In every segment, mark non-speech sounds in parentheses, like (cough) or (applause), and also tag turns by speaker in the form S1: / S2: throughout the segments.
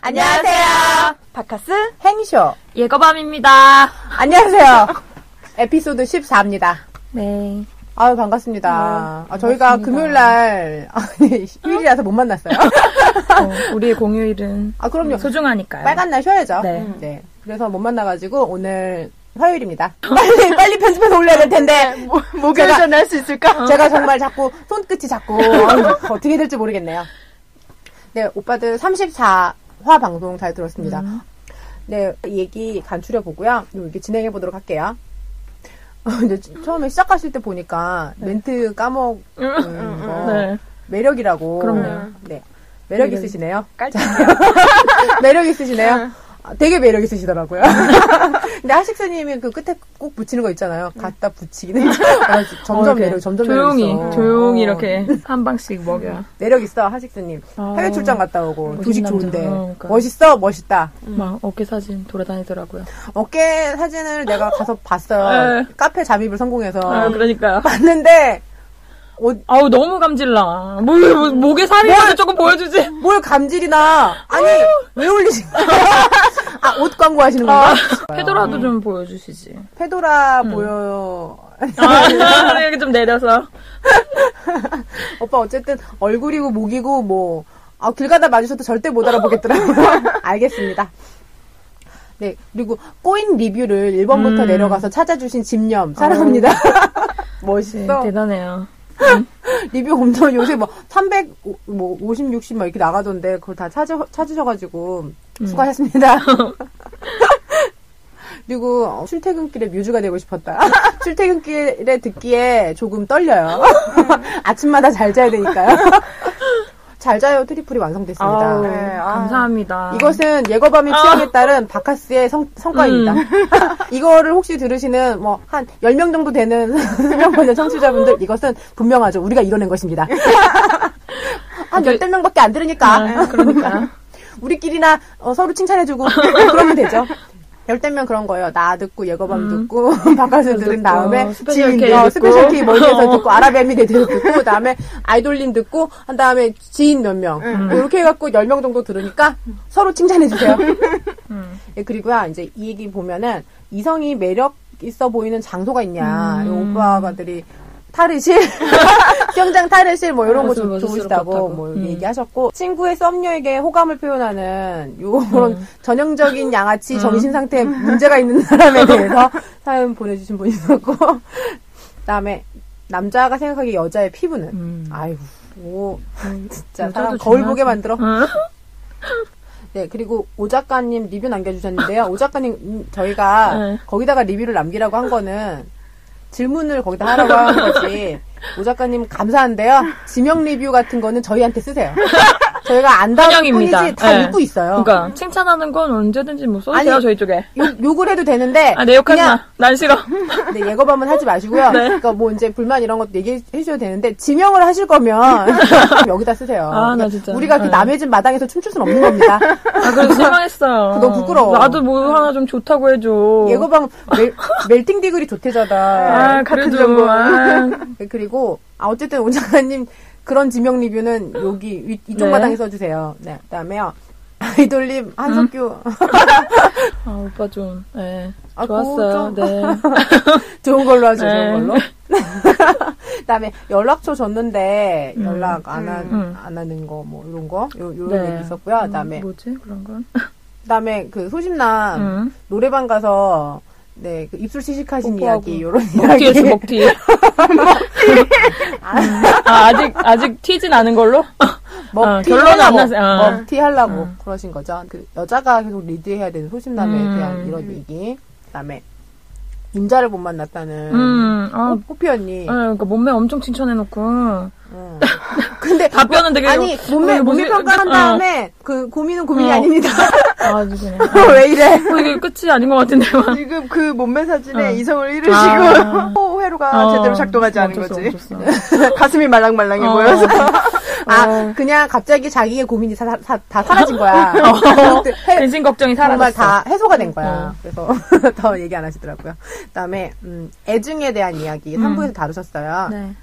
S1: 안녕하세요.
S2: 바카스 행쇼.
S1: 예거밤입니다.
S2: 안녕하세요. 에피소드 14입니다.
S1: 네.
S2: 아유, 반갑습니다. 아, 저희가 금요일 날, (laughs) 아니, 휴일이라서 못 만났어요.
S1: 어, 우리의 공휴일은
S2: 아, 그럼요.
S1: 소중하니까요.
S2: 빨간 날 쉬어야죠.
S1: 네.
S2: 음. 네. 그래서 못 만나가지고 오늘 화요일입니다. 빨리, 빨리 편집해서 올려야 될
S1: 네,
S2: 텐데.
S1: 뭐,
S3: 목요일
S2: 제가-
S3: 전에 할 수
S2: (laughs)
S3: 있을까?
S2: 제가 정말 자꾸 손끝이 자꾸 아유, 어떻게 될지 모르겠네요. 네, 오빠들 34화 방송 잘 들었습니다. 네, 얘기 간추려 보고요. 이렇게 진행해 보도록 할게요. 어, 근데 지- 처음에 시작하실 때 보니까 멘트 까먹은 거
S1: 네.
S2: 매력이라고.
S1: 그럼요.
S2: 네, 매력
S1: 매력.
S2: 있으시네요.
S3: 깔짝.
S2: (laughs) 매력 있으시네요. 아, 되게 매력
S1: (laughs)
S2: 있으시더라고요. 근데 하식스님이 그 끝에 꼭 붙이는 거 있잖아요. 갖다 붙이기는.
S1: (laughs)
S2: 아, 점점
S1: 어, 이렇게
S2: 매력, 점점
S1: 네. 조용히,
S2: 매력 있어.
S1: 조용히
S2: 어.
S1: 이렇게 한 방씩 먹여.
S2: 매력 있어 하식스님
S1: 아.
S2: 해외 출장 갔다 오고
S1: 멋진
S2: 조식
S1: 남자.
S2: 좋은데
S1: 어, 그러니까.
S2: 멋있어 멋있다
S1: 음. 막 어깨 사진 돌아다니더라고요.
S2: 어깨 사진을 내가 가서 봤어요
S1: 에.
S2: 카페 잠입을 성공해서
S1: 아, 그러니까요.
S2: 봤는데 옷-
S1: 아우, 너무 감질나. 뭐, 뭐, 목에 살이 있는데 조금 보여주지.
S2: 뭘 감질이나 아니 왜 올리신 거야 아옷 광고 하시는 건가
S1: 아, 음. 페도라도 좀 보여주시지.
S2: 페도라 보여요
S1: 아, 이렇게 좀 내려서.
S2: 오빠 어쨌든 얼굴이고 목이고 뭐 아, 길 가다 마주쳐도 절대 못 알아보겠더라고요.
S1: (laughs)
S2: 알겠습니다. 네, 그리고 꼬인 리뷰를
S1: 음.
S2: 1번부터 내려가서 찾아주신 집념 사랑합니다.
S1: 네,
S2: (laughs) 멋있어.
S1: 대단해요.
S2: 리뷰 엄청 요새 뭐 300, 오- 뭐 50, 60 막 이렇게 나가던데 그걸 다 찾아, 찾으셔가지고
S1: 음. (laughs)
S2: 수고하셨습니다. 그리고 어, 출퇴근길에 뮤즈가 되고 싶었다. (laughs) 출퇴근길에 듣기에 조금 떨려요. (laughs) 아침마다 잘 자야 되니까요.
S1: (laughs)
S2: 잘 자요 트리플이 완성됐습니다.
S1: 아우,
S3: 네, 아.
S1: 감사합니다.
S2: 이것은 예거밤의 취향에 따른 바카스의 성, 성과입니다. (laughs) 이거를 혹시 들으시는 뭐 한 10명 정도 되는 (laughs) 수명번의 청취자분들 이것은 분명하죠. 우리가 이뤄낸 것입니다. (laughs) 한 12명밖에 안 들으니까
S1: 아, 그러니까.
S2: 우리끼리나 어, 서로 (laughs) 칭찬해주고 그러면 되죠. 10명 그런 거예요. 나 듣고 예거밤 음. 듣고 (laughs) 바카스 들은
S1: 듣고,
S2: 다음에
S1: 스페셜
S2: 지인
S1: K
S2: 어,
S1: 듣고.
S2: 스페셜 K 멀리에서
S1: 어.
S2: 듣고 아랍에미레이트에서 (laughs) 듣고 그다음에 아이돌린 듣고 한 다음에 지인 몇 명 이렇게 해갖고 10명 정도 들으니까 서로 칭찬해주세요. (laughs) 예, 그리고요, 이제 이 얘기 보면은 이성이 매력 있어 보이는 장소가
S1: 음.
S2: 있냐. 이 오빠가들이 탈의실, (laughs) 수영장 탈의실 뭐 이런 거
S1: 맞아,
S2: 좀
S1: 맞아,
S2: 좋으시다고
S1: 부럽다고.
S2: 뭐
S1: 음.
S2: 얘기하셨고 친구의 썸녀에게 호감을 표현하는 요런
S1: 음.
S2: 전형적인 양아치 정신 상태 문제가
S1: (laughs)
S2: 있는 사람에 대해서 사연 보내주신 분이 있었고 그다음에 남자가 생각하기에 여자의 피부는
S1: 음.
S2: 아이고 오, 진짜
S1: 여자도
S2: 사람 거울 보게
S1: 중요하지.
S2: 만들어
S1: 응?
S2: 네, 그리고 오 작가님 리뷰 남겨주셨는데요. 오 작가님, 음,
S1: (laughs)
S2: 저희가
S1: 네.
S2: 거기다가 리뷰를 남기라고 한 거는 질문을 거기다 하라고 한 거지. 오 작가님, 감사한데요. 지명 리뷰 같은 거는 저희한테 쓰세요. 저희가 안다고 뿐이지
S1: 환영입니다.
S2: 다
S1: 네.
S2: 읽고 있어요.
S1: 그러니까 칭찬하는 건 언제든지 뭐 써주세요
S2: 아니,
S1: 저희 쪽에.
S2: 욕, 욕을 해도 되는데.
S1: 아, 내 욕하지
S2: 그냥-
S1: 마. 네. 난 싫어.
S2: (laughs) 네, 예거밤은 하지 마시고요. 그러니까 뭐 이제 불만 이런 것도 얘기해 주셔도 되는데 지명을 하실 거면 (laughs) 여기다 쓰세요. 그러니까
S1: 아, 나 진짜.
S2: 우리가
S1: 네.
S2: 이렇게 남의 집 마당에서 춤출 순 없는 겁니다.
S1: 아,
S2: (laughs)
S1: 그래서 실망했어요.
S2: 너무 부끄러워.
S1: 나도 뭐 하나 좀 좋다고 해줘.
S2: 예고방 멜, 멜팅 디그리 조태자다.
S1: 어. 아,
S2: 같은
S1: 그래도,
S2: 정보.
S1: 아.
S2: (laughs) 그리고 아 어쨌든 온 작가님 그런 지명 리뷰는 여기 위- 이쪽
S1: 네.
S2: 마당에 써주세요. 네. 그다음에요. 아이돌님 한석규
S1: 음. 아, 오빠 좀, 예.
S2: 아, 그거
S1: 좋았어요.
S2: 좀-
S1: 네.
S2: (laughs) (laughs) 좋은 걸로 하죠.
S1: 네.
S2: 좋은 걸로. (laughs) 그다음에 연락처 줬는데 연락 안, 하,
S1: 음.
S2: 안 하는 거 뭐 이런 거 요, 요런
S1: 네.
S2: 얘기 있었고요. 그다음에
S1: 음, 뭐지? 그런 건?
S2: 그다음에 그 소심남
S1: 음.
S2: 노래방 가서 네, 그 입술 시식하신
S1: 뽀뽀하고. 어,
S2: 이야기, 요런
S1: 뒤에서 뭐
S2: 이야기. (laughs)
S1: 먹튀. 아, 아직, 아직 튀진 않은 걸로? 어,
S2: 먹튀
S1: 결론은
S2: 뭐 하려고,
S1: 안 났어요. 어.
S2: 먹튀 하려고 그러신 거죠. 그 여자가 계속 리드해야 되는 소심남에
S1: 음.
S2: 대한 이런 얘기. 그다음에 임자를 못 만났다는
S1: 음, 아,
S2: 꽃- 꽃피 언니.
S1: 예, 그러니까 몸매 엄청 칭찬해놓고. 아,
S2: 음.
S1: (laughs)
S2: 근데
S1: 답변은 되게.
S2: 아니 몸매
S1: 어,
S2: 몸매
S1: 무슨-
S2: 평가한
S1: 어.
S2: 다음에 그 고민은 고민이
S1: 어.
S2: 아닙니다. (laughs)
S1: 아주 그냥.
S2: 왜 이래?
S1: 어, 이게 끝이 아닌 것 같은데, 막.
S3: 지금 그 몸매 사진에
S1: 어.
S3: 이성을
S1: 아.
S3: (laughs) 잃으시고 호회로가
S2: 아,
S1: 어,
S3: 제대로 작동하지 않은
S1: 어쩔 수
S3: 거지.
S1: 없었어.
S2: (laughs)
S3: (laughs) 가슴이 말랑말랑해
S1: 어.
S3: 보여서.
S2: 아 그냥 갑자기 자기의 고민이 사, 사- 다
S1: (laughs)
S2: 사라진 거야.
S1: 어.
S2: 그것들 해-
S1: 근심 걱정이
S2: 정말
S1: 사라졌어.
S2: 다 해소가 된 거야.
S1: 어.
S2: 그래서 (laughs) 더 얘기 안 하시더라고요. 그다음에 음, 애증에 대한 이야기 3부에서 다루셨어요.
S1: 음. 네.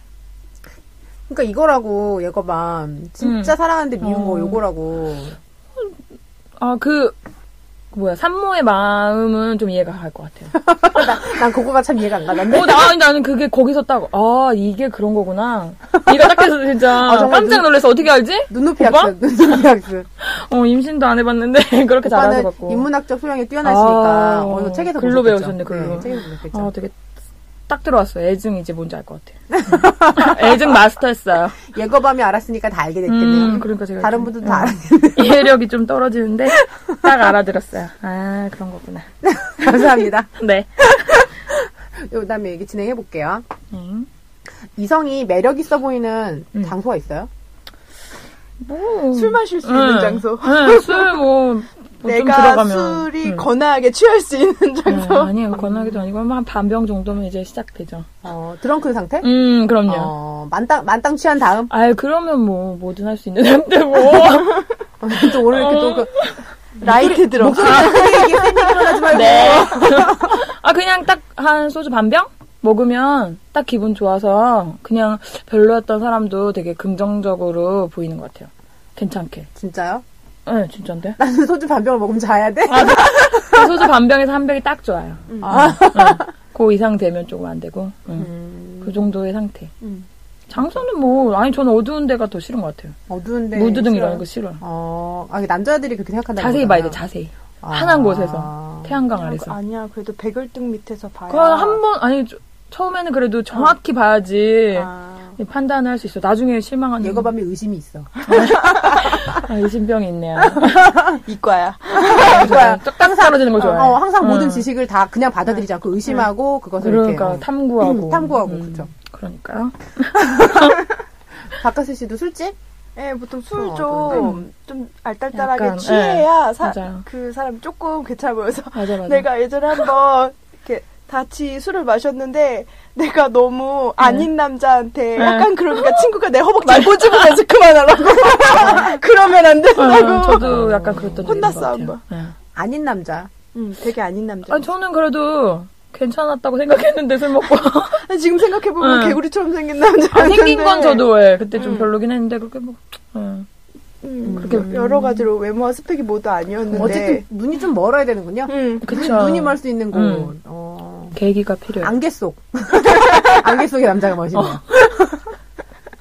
S2: 그러니까 이거라고 얘가 막 진짜
S1: 음.
S2: 사랑하는데 미운 거
S1: 어.
S2: 요거라고
S1: 아, 그, 그 뭐야, 산모의 마음은 좀 이해가 갈 것 같아요.
S2: 난 그거가 참 이해가 안 가는데.
S1: 어, 나, 아니, 나는 그게 거기서 따고, 아, 이게 그런 거구나. 이해가 딱 해서 진짜
S2: (laughs) 아, 정말
S1: 깜짝 놀랐어. 어떻게 알지?
S2: 눈높이
S1: 오빠? (laughs)
S2: 학습, 눈높이 학습.
S1: 어, 임신도 안 해봤는데, (laughs) 그렇게 잘알아서
S2: 오빠는
S1: 갖고.
S2: 인문학적 소양이 뛰어나시니까
S1: 아,
S2: 어, 이거 책에서
S1: 글로
S2: 보셨겠죠?
S1: 배우셨네, 글로.
S2: 네, 책에서 보셨겠죠.
S1: 아, 되게 딱 들어왔어. 애증 이제 뭔지 알 것 같아. 요 음. (laughs) 애증 마스터했어요.
S2: 예거밤이 알았으니까 다 알게 됐겠네요.
S1: 음, 그러니까 제가
S2: 다른
S1: 좀,
S2: 분들
S1: 음,
S2: 다 알았네.
S1: 이해력이 좀 떨어지는데 딱 알아들었어요. 아, 그런 거구나. 음.
S2: (laughs) 감사합니다.
S1: 네.
S2: 그 다음에 얘기 진행해볼게요.
S1: 음.
S2: 이성이 매력 있어 보이는
S1: 음.
S2: 장소가 있어요?
S1: 뭐.
S3: 술 마실 수
S1: 응.
S3: 있는 장소.
S1: 응, 술 뭐. 뭐좀
S3: 내가
S1: 들어가면. 음.
S3: 술이
S1: 응.
S3: 거나하게 취할 수 있는 (laughs) 장소.
S1: 어, 아니에요. 건하기도 아니고 한 반병 정도면 이제 시작되죠.
S2: 어, 드렁큰 상태?
S1: 음, 그럼요.
S2: 어, 만땅, 만땅 취한 다음? (laughs)
S1: 아유, 그러면 뭐, 뭐든 할 수 있는 상태 뭐.
S2: 어, 또 오늘 이렇게 또 그,
S3: 라이트 들어.
S1: (laughs) (laughs) 네. 아, 그냥 딱 한 소주 반병? 먹으면 딱 기분 좋아서 그냥 별로였던 사람도 되게 긍정적으로 보이는 것 같아요. 괜찮게.
S2: 진짜요?
S1: 예, 진짠데?
S2: 나는 소주 반병을 먹으면 자야 돼? 음.
S1: 그 소주 반병에서 한 병이 딱 좋아요. 아, 응. 그 이상 되면 조금 안 되고. 응. 그 정도의 상태.
S2: 음.
S1: 장소는 뭐, 아니, 저는 어두운 데가 더 싫은 것 같아요.
S2: 어두운데.
S1: 무드등
S2: 싫어요?
S1: 이런 거 네, 싫어요.
S2: 어, 아, 이게 남자애들이 그렇게 생각한다.
S1: 자세히 봐야 돼, 자세히.
S2: 아.
S1: 한한
S2: 어,
S1: 곳에서. 태양광 아래서.
S3: 아니야, 그래도 백열등 밑에서 봐야.
S1: 그거 한 번, 아니, 저- 처음에는 그래도 정확히 봐야지
S3: 아.
S1: 판단을 할 수 있어. 나중에 실망하는.
S2: 예거밤에 의심이 있어.
S1: 아, 의심병이 있네요.
S3: 이과야.
S1: (laughs) 딱딱 사라지는 거 좋아해.
S2: 어, 항상 모든
S1: 응.
S2: 지식을 다 그냥 받아들이지 않고 의심하고 그것을
S1: 그러니까
S2: 이렇게. 어.
S1: 탐구하고.
S2: 음, (laughs) 탐구하고, 그쵸.
S1: 그러니까요.
S2: 박카스 씨도 술집?
S3: 예, 보통
S2: 어,
S3: 술 좀 좀 알딸딸하게
S1: 음. 약간, 예,
S3: 취해야 사,
S1: 맞아요.
S3: 그 사람이 조금 괜찮아 보여서
S1: 맞아, 맞아.
S3: 내가 예전에 한번 이렇게 같이 술을 마셨는데 내가 너무 아닌
S1: 네.
S3: 남자한테
S1: (laughs)
S3: 약간 그러니까 친구가 내 허벅지 말 꼬집으면서 그만하라고 그러면 안 된다고
S1: 어, 저도 약간 그랬던 적이 있는
S3: 혼났어,
S1: 것
S3: 한
S1: 같아요. 예.
S2: 아닌 남자.
S3: 음, 되게 아닌 남자
S1: 아, 저는 그래도 괜찮았다고 생각했는데 술 먹고.
S3: 지금 생각해보면
S1: 응.
S3: 개구리처럼 생긴 남자
S1: 아, 생긴 건 저도 예, 그때 좀 별로긴 했는데 그렇게 뭐. 예.
S3: 음,
S1: 그렇게-
S3: 여러 가지로 외모와 스펙이 모두 아니었는데
S2: 어쨌든 눈이 좀 멀어야 되는군요.
S3: 음, (laughs)
S1: 그쵸.
S2: 눈이 멀 수 있는 곳.
S1: 음.
S2: 어.
S1: 계기가 필요해. 요
S2: 안개
S1: (laughs)
S2: 속. 안개 속의 남자가 멋있네요.
S1: 어.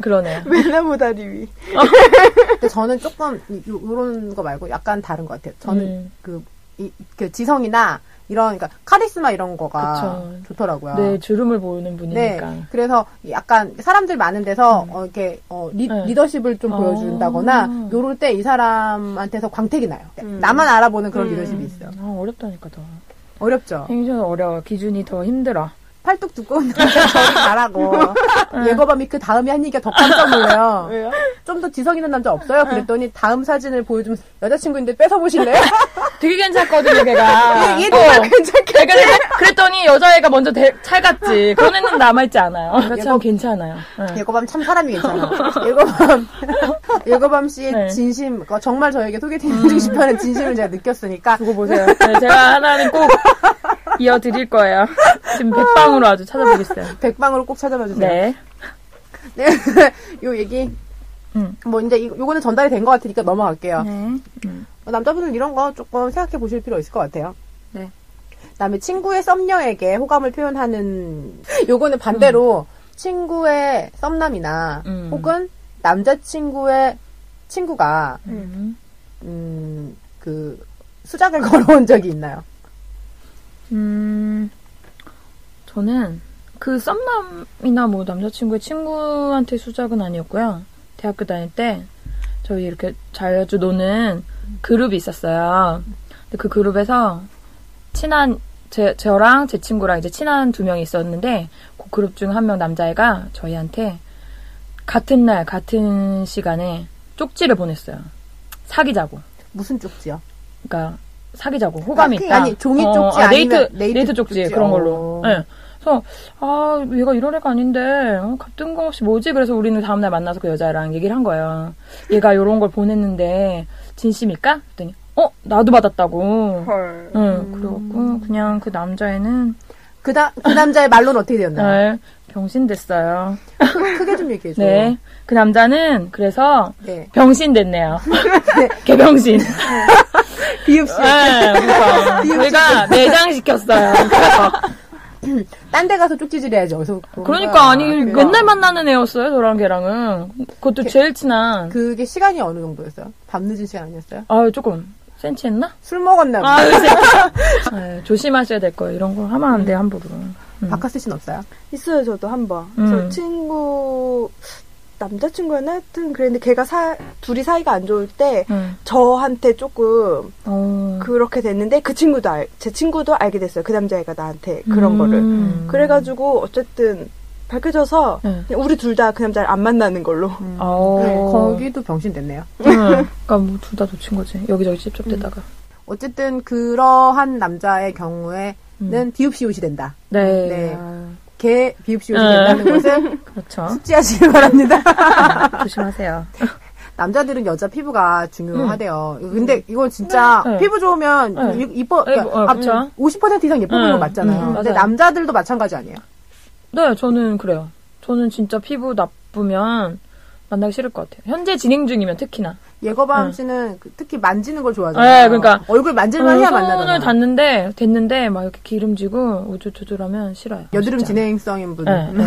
S1: 그러네요.
S3: 멜나보다 리위
S2: 근데 저는 조금 이- 요- 요런 거 말고 약간 다른 것 같아요. 저는
S1: 음.
S2: 그, 이, 그 지성이나 이런 그러니까 카리스마 이런 거가
S1: 그쵸.
S2: 좋더라고요.
S1: 네, 주름을 보이는
S2: 네,
S1: 분이니까. 음.
S2: 그래서 약간 사람들 많은 데서 어, 이렇게 어, 리,
S1: 네.
S2: 더십을좀
S1: 어.
S2: 보여준다거나 요럴 때 이 사람한테서 광택이 나요.
S1: 음.
S2: 나만 알아보는 그런 리더십이 있어요.
S1: 아, 어렵다니까 더.
S2: 어렵죠.
S1: 행위는 어려워. 기준이 더 힘들어.
S2: 팔뚝 두꺼운 남자 저를 잘하고
S1: (laughs) 네.
S2: 예거밤이 그 다음에 한 얘기가 더 깜짝 놀라요.
S3: 왜요?
S2: 좀 더 지성 있는 남자
S1: 네.
S2: 없어요? 그랬더니 다음 사진을 보여주면 여자친구인데
S1: (laughs)
S2: 뺏어 보실래요?
S1: 되게 괜찮거든요, (laughs) 걔가.
S2: 얘- 얘도
S1: 어.
S3: 괜찮게
S1: 걔가 그랬- 그랬더니 여자애가 먼저 대, 찰갔지. 그런 애는 남아있지 않아요. 걔가 참 괜찮아요. 네.
S2: 예거밤 참 사람이 괜찮아. (laughs) 예거밤 예거밤 씨의
S1: 네. 음.
S2: 진심, 그러니까 정말 저에게 소개팅 해주고 싶어하는 진심을 제가 느꼈으니까
S1: 두고 보세요. 네, 제가 하나는 꼭 이어드릴 거예요. 지금 백방으로 아주 찾아보겠어요.
S2: 백방으로 꼭 찾아봐
S1: (laughs)
S2: 주세요.
S1: 네.
S2: 네, (laughs) 요 얘기.
S1: 음.
S2: 뭐 이제 이- 요거는 전달이 된 것 같으니까 넘어갈게요.
S1: 네. 음.
S2: 어, 남자분들은 이런 거 조금 생각해 보실 필요 있을 것 같아요.
S1: 네.
S2: 그다음에 친구의 썸녀에게 호감을 표현하는 (laughs) 요거는 반대로 친구의 썸남이나
S1: 음.
S2: 혹은 남자친구의 친구가
S1: 음.
S2: 음, 그 수작을 (laughs) 걸어온 적이 있나요?
S1: 음, 저는 그 썸남이나 뭐 남자친구의 친구한테 수작은 아니었고요. 대학교 다닐 때 저희 이렇게 자주 노는 그룹이 있었어요. 근데 그 그룹에서 친한 제, 저랑 제 친구랑 이제 친한 두 명이 있었는데 그 그룹 중 한 명 남자애가 저희한테 같은 날 같은 시간에 쪽지를 보냈어요. 사귀자고.
S2: 무슨 쪽지요?
S1: 그러니까 사귀자고 호감이
S2: 사귀-
S1: 있다. 어,
S2: 아니, 종이 쪽지 아니면
S1: 네이트
S2: 네이트
S1: 네이트, 쪽지,
S2: 쪽지.
S1: 그런
S2: 어.
S1: 걸로. 예. 그래서 아 얘가 이런 애가 아닌데 어, 같은 거 없이 뭐지? 그래서 우리는 다음 날 만나서 그 여자랑 얘기를 한 거예요. 얘가 이런 걸 보냈는데 진심일까? 그랬더니 어 나도 받았다고.
S3: 헐
S1: 응
S2: 음.
S1: 그래갖고 그냥 그 남자애는
S2: 그, 다, 그 남자의 말로는 어떻게 되었나요?
S1: 날 병신 됐어요.
S2: 크게 좀 얘기해 줘요.
S1: 네. 그 남자는 그래서
S2: 네. (laughs)
S1: 병신 됐네요. 개병신.
S2: 아.
S3: 비읍씨.
S1: 네,
S2: (laughs)
S1: 그래서 우리가 내장 시켰어요. 그래서.
S2: 딴 데 가서 쪽지질해야지. 어디서 그런
S1: 그러니까
S2: 거야.
S1: 아니
S2: 그래서
S1: 맨날 만나는 애였어요 저랑 걔랑은. 그것도 제일 친한.
S2: 그게 시간이 어느 정도였어요? 밤늦은 시간 아니었어요?
S1: 아 조금 센치했나?
S2: 술 먹었나 보다.
S1: 아, 그치. 아, 조심하셔야 될 거예요. 이런 걸 하면 안 돼요, 함부로. 음.
S2: 바카스 씨는 없어요?
S3: 있어요, 저도 한 번.
S1: 음.
S3: 저 친구, 남자친구였나? 하여튼 그랬는데 걔가 사, 둘이 사이가 안 좋을 때
S1: 음.
S3: 저한테 조금
S1: 어.
S3: 그렇게 됐는데 그 친구도 알, 제 친구도 알게 됐어요. 그 남자애가 나한테 그런
S1: 음.
S3: 거를.
S1: 음.
S3: 그래가지고 어쨌든 밝혀져서
S1: 네.
S3: 그냥 우리 둘 다 그 남자를 안 만나는 걸로.
S1: 어.
S2: 네, 거기도 병신 됐네요.
S1: 음. 그러니까 뭐 둘 다 놓친 거지. 여기저기 찝찝대다가.
S2: 어쨌든 그러한 남자의 경우에는 비읍시옷이 된다.
S1: 음. 네.
S2: 네.
S1: 아,
S2: 개 비읍시옷이
S1: 음. (laughs)
S2: 된다는 것을
S1: 그렇죠.
S2: 숙지하시길 바랍니다. (laughs)
S1: 조심하세요.
S2: 남자들은 여자 피부가 중요하대요. 근데 이건 진짜
S1: 음. 네.
S2: 피부 좋으면
S1: 네.
S2: 이- 이뻐 그러니까
S1: 네, 뭐, 어, 그쵸.
S2: 50% 이상 예뻐 보이는
S1: 음,
S2: 거 맞잖아요.
S1: 음,
S2: 근데
S1: 맞아요.
S2: 남자들도 마찬가지 아니에요.
S1: 네, 저는 그래요. 저는 진짜 피부 나쁘면 만나기 싫을 것 같아요. 현재 진행 중이면 특히나.
S2: 예거밤
S1: 음.
S2: 씨는 그- 특히 만지는 걸 좋아하잖아요.
S1: 네, 그러니까
S2: 얼굴 만질만 해야
S1: 어,
S2: 만나잖아요.
S1: 손을 닿는데, 됐는데, 막 이렇게 기름지고, 우조조조하면 싫어요.
S2: 여드름
S1: 진짜.
S2: 진행성인 분.
S1: 네,
S2: 은
S1: 네.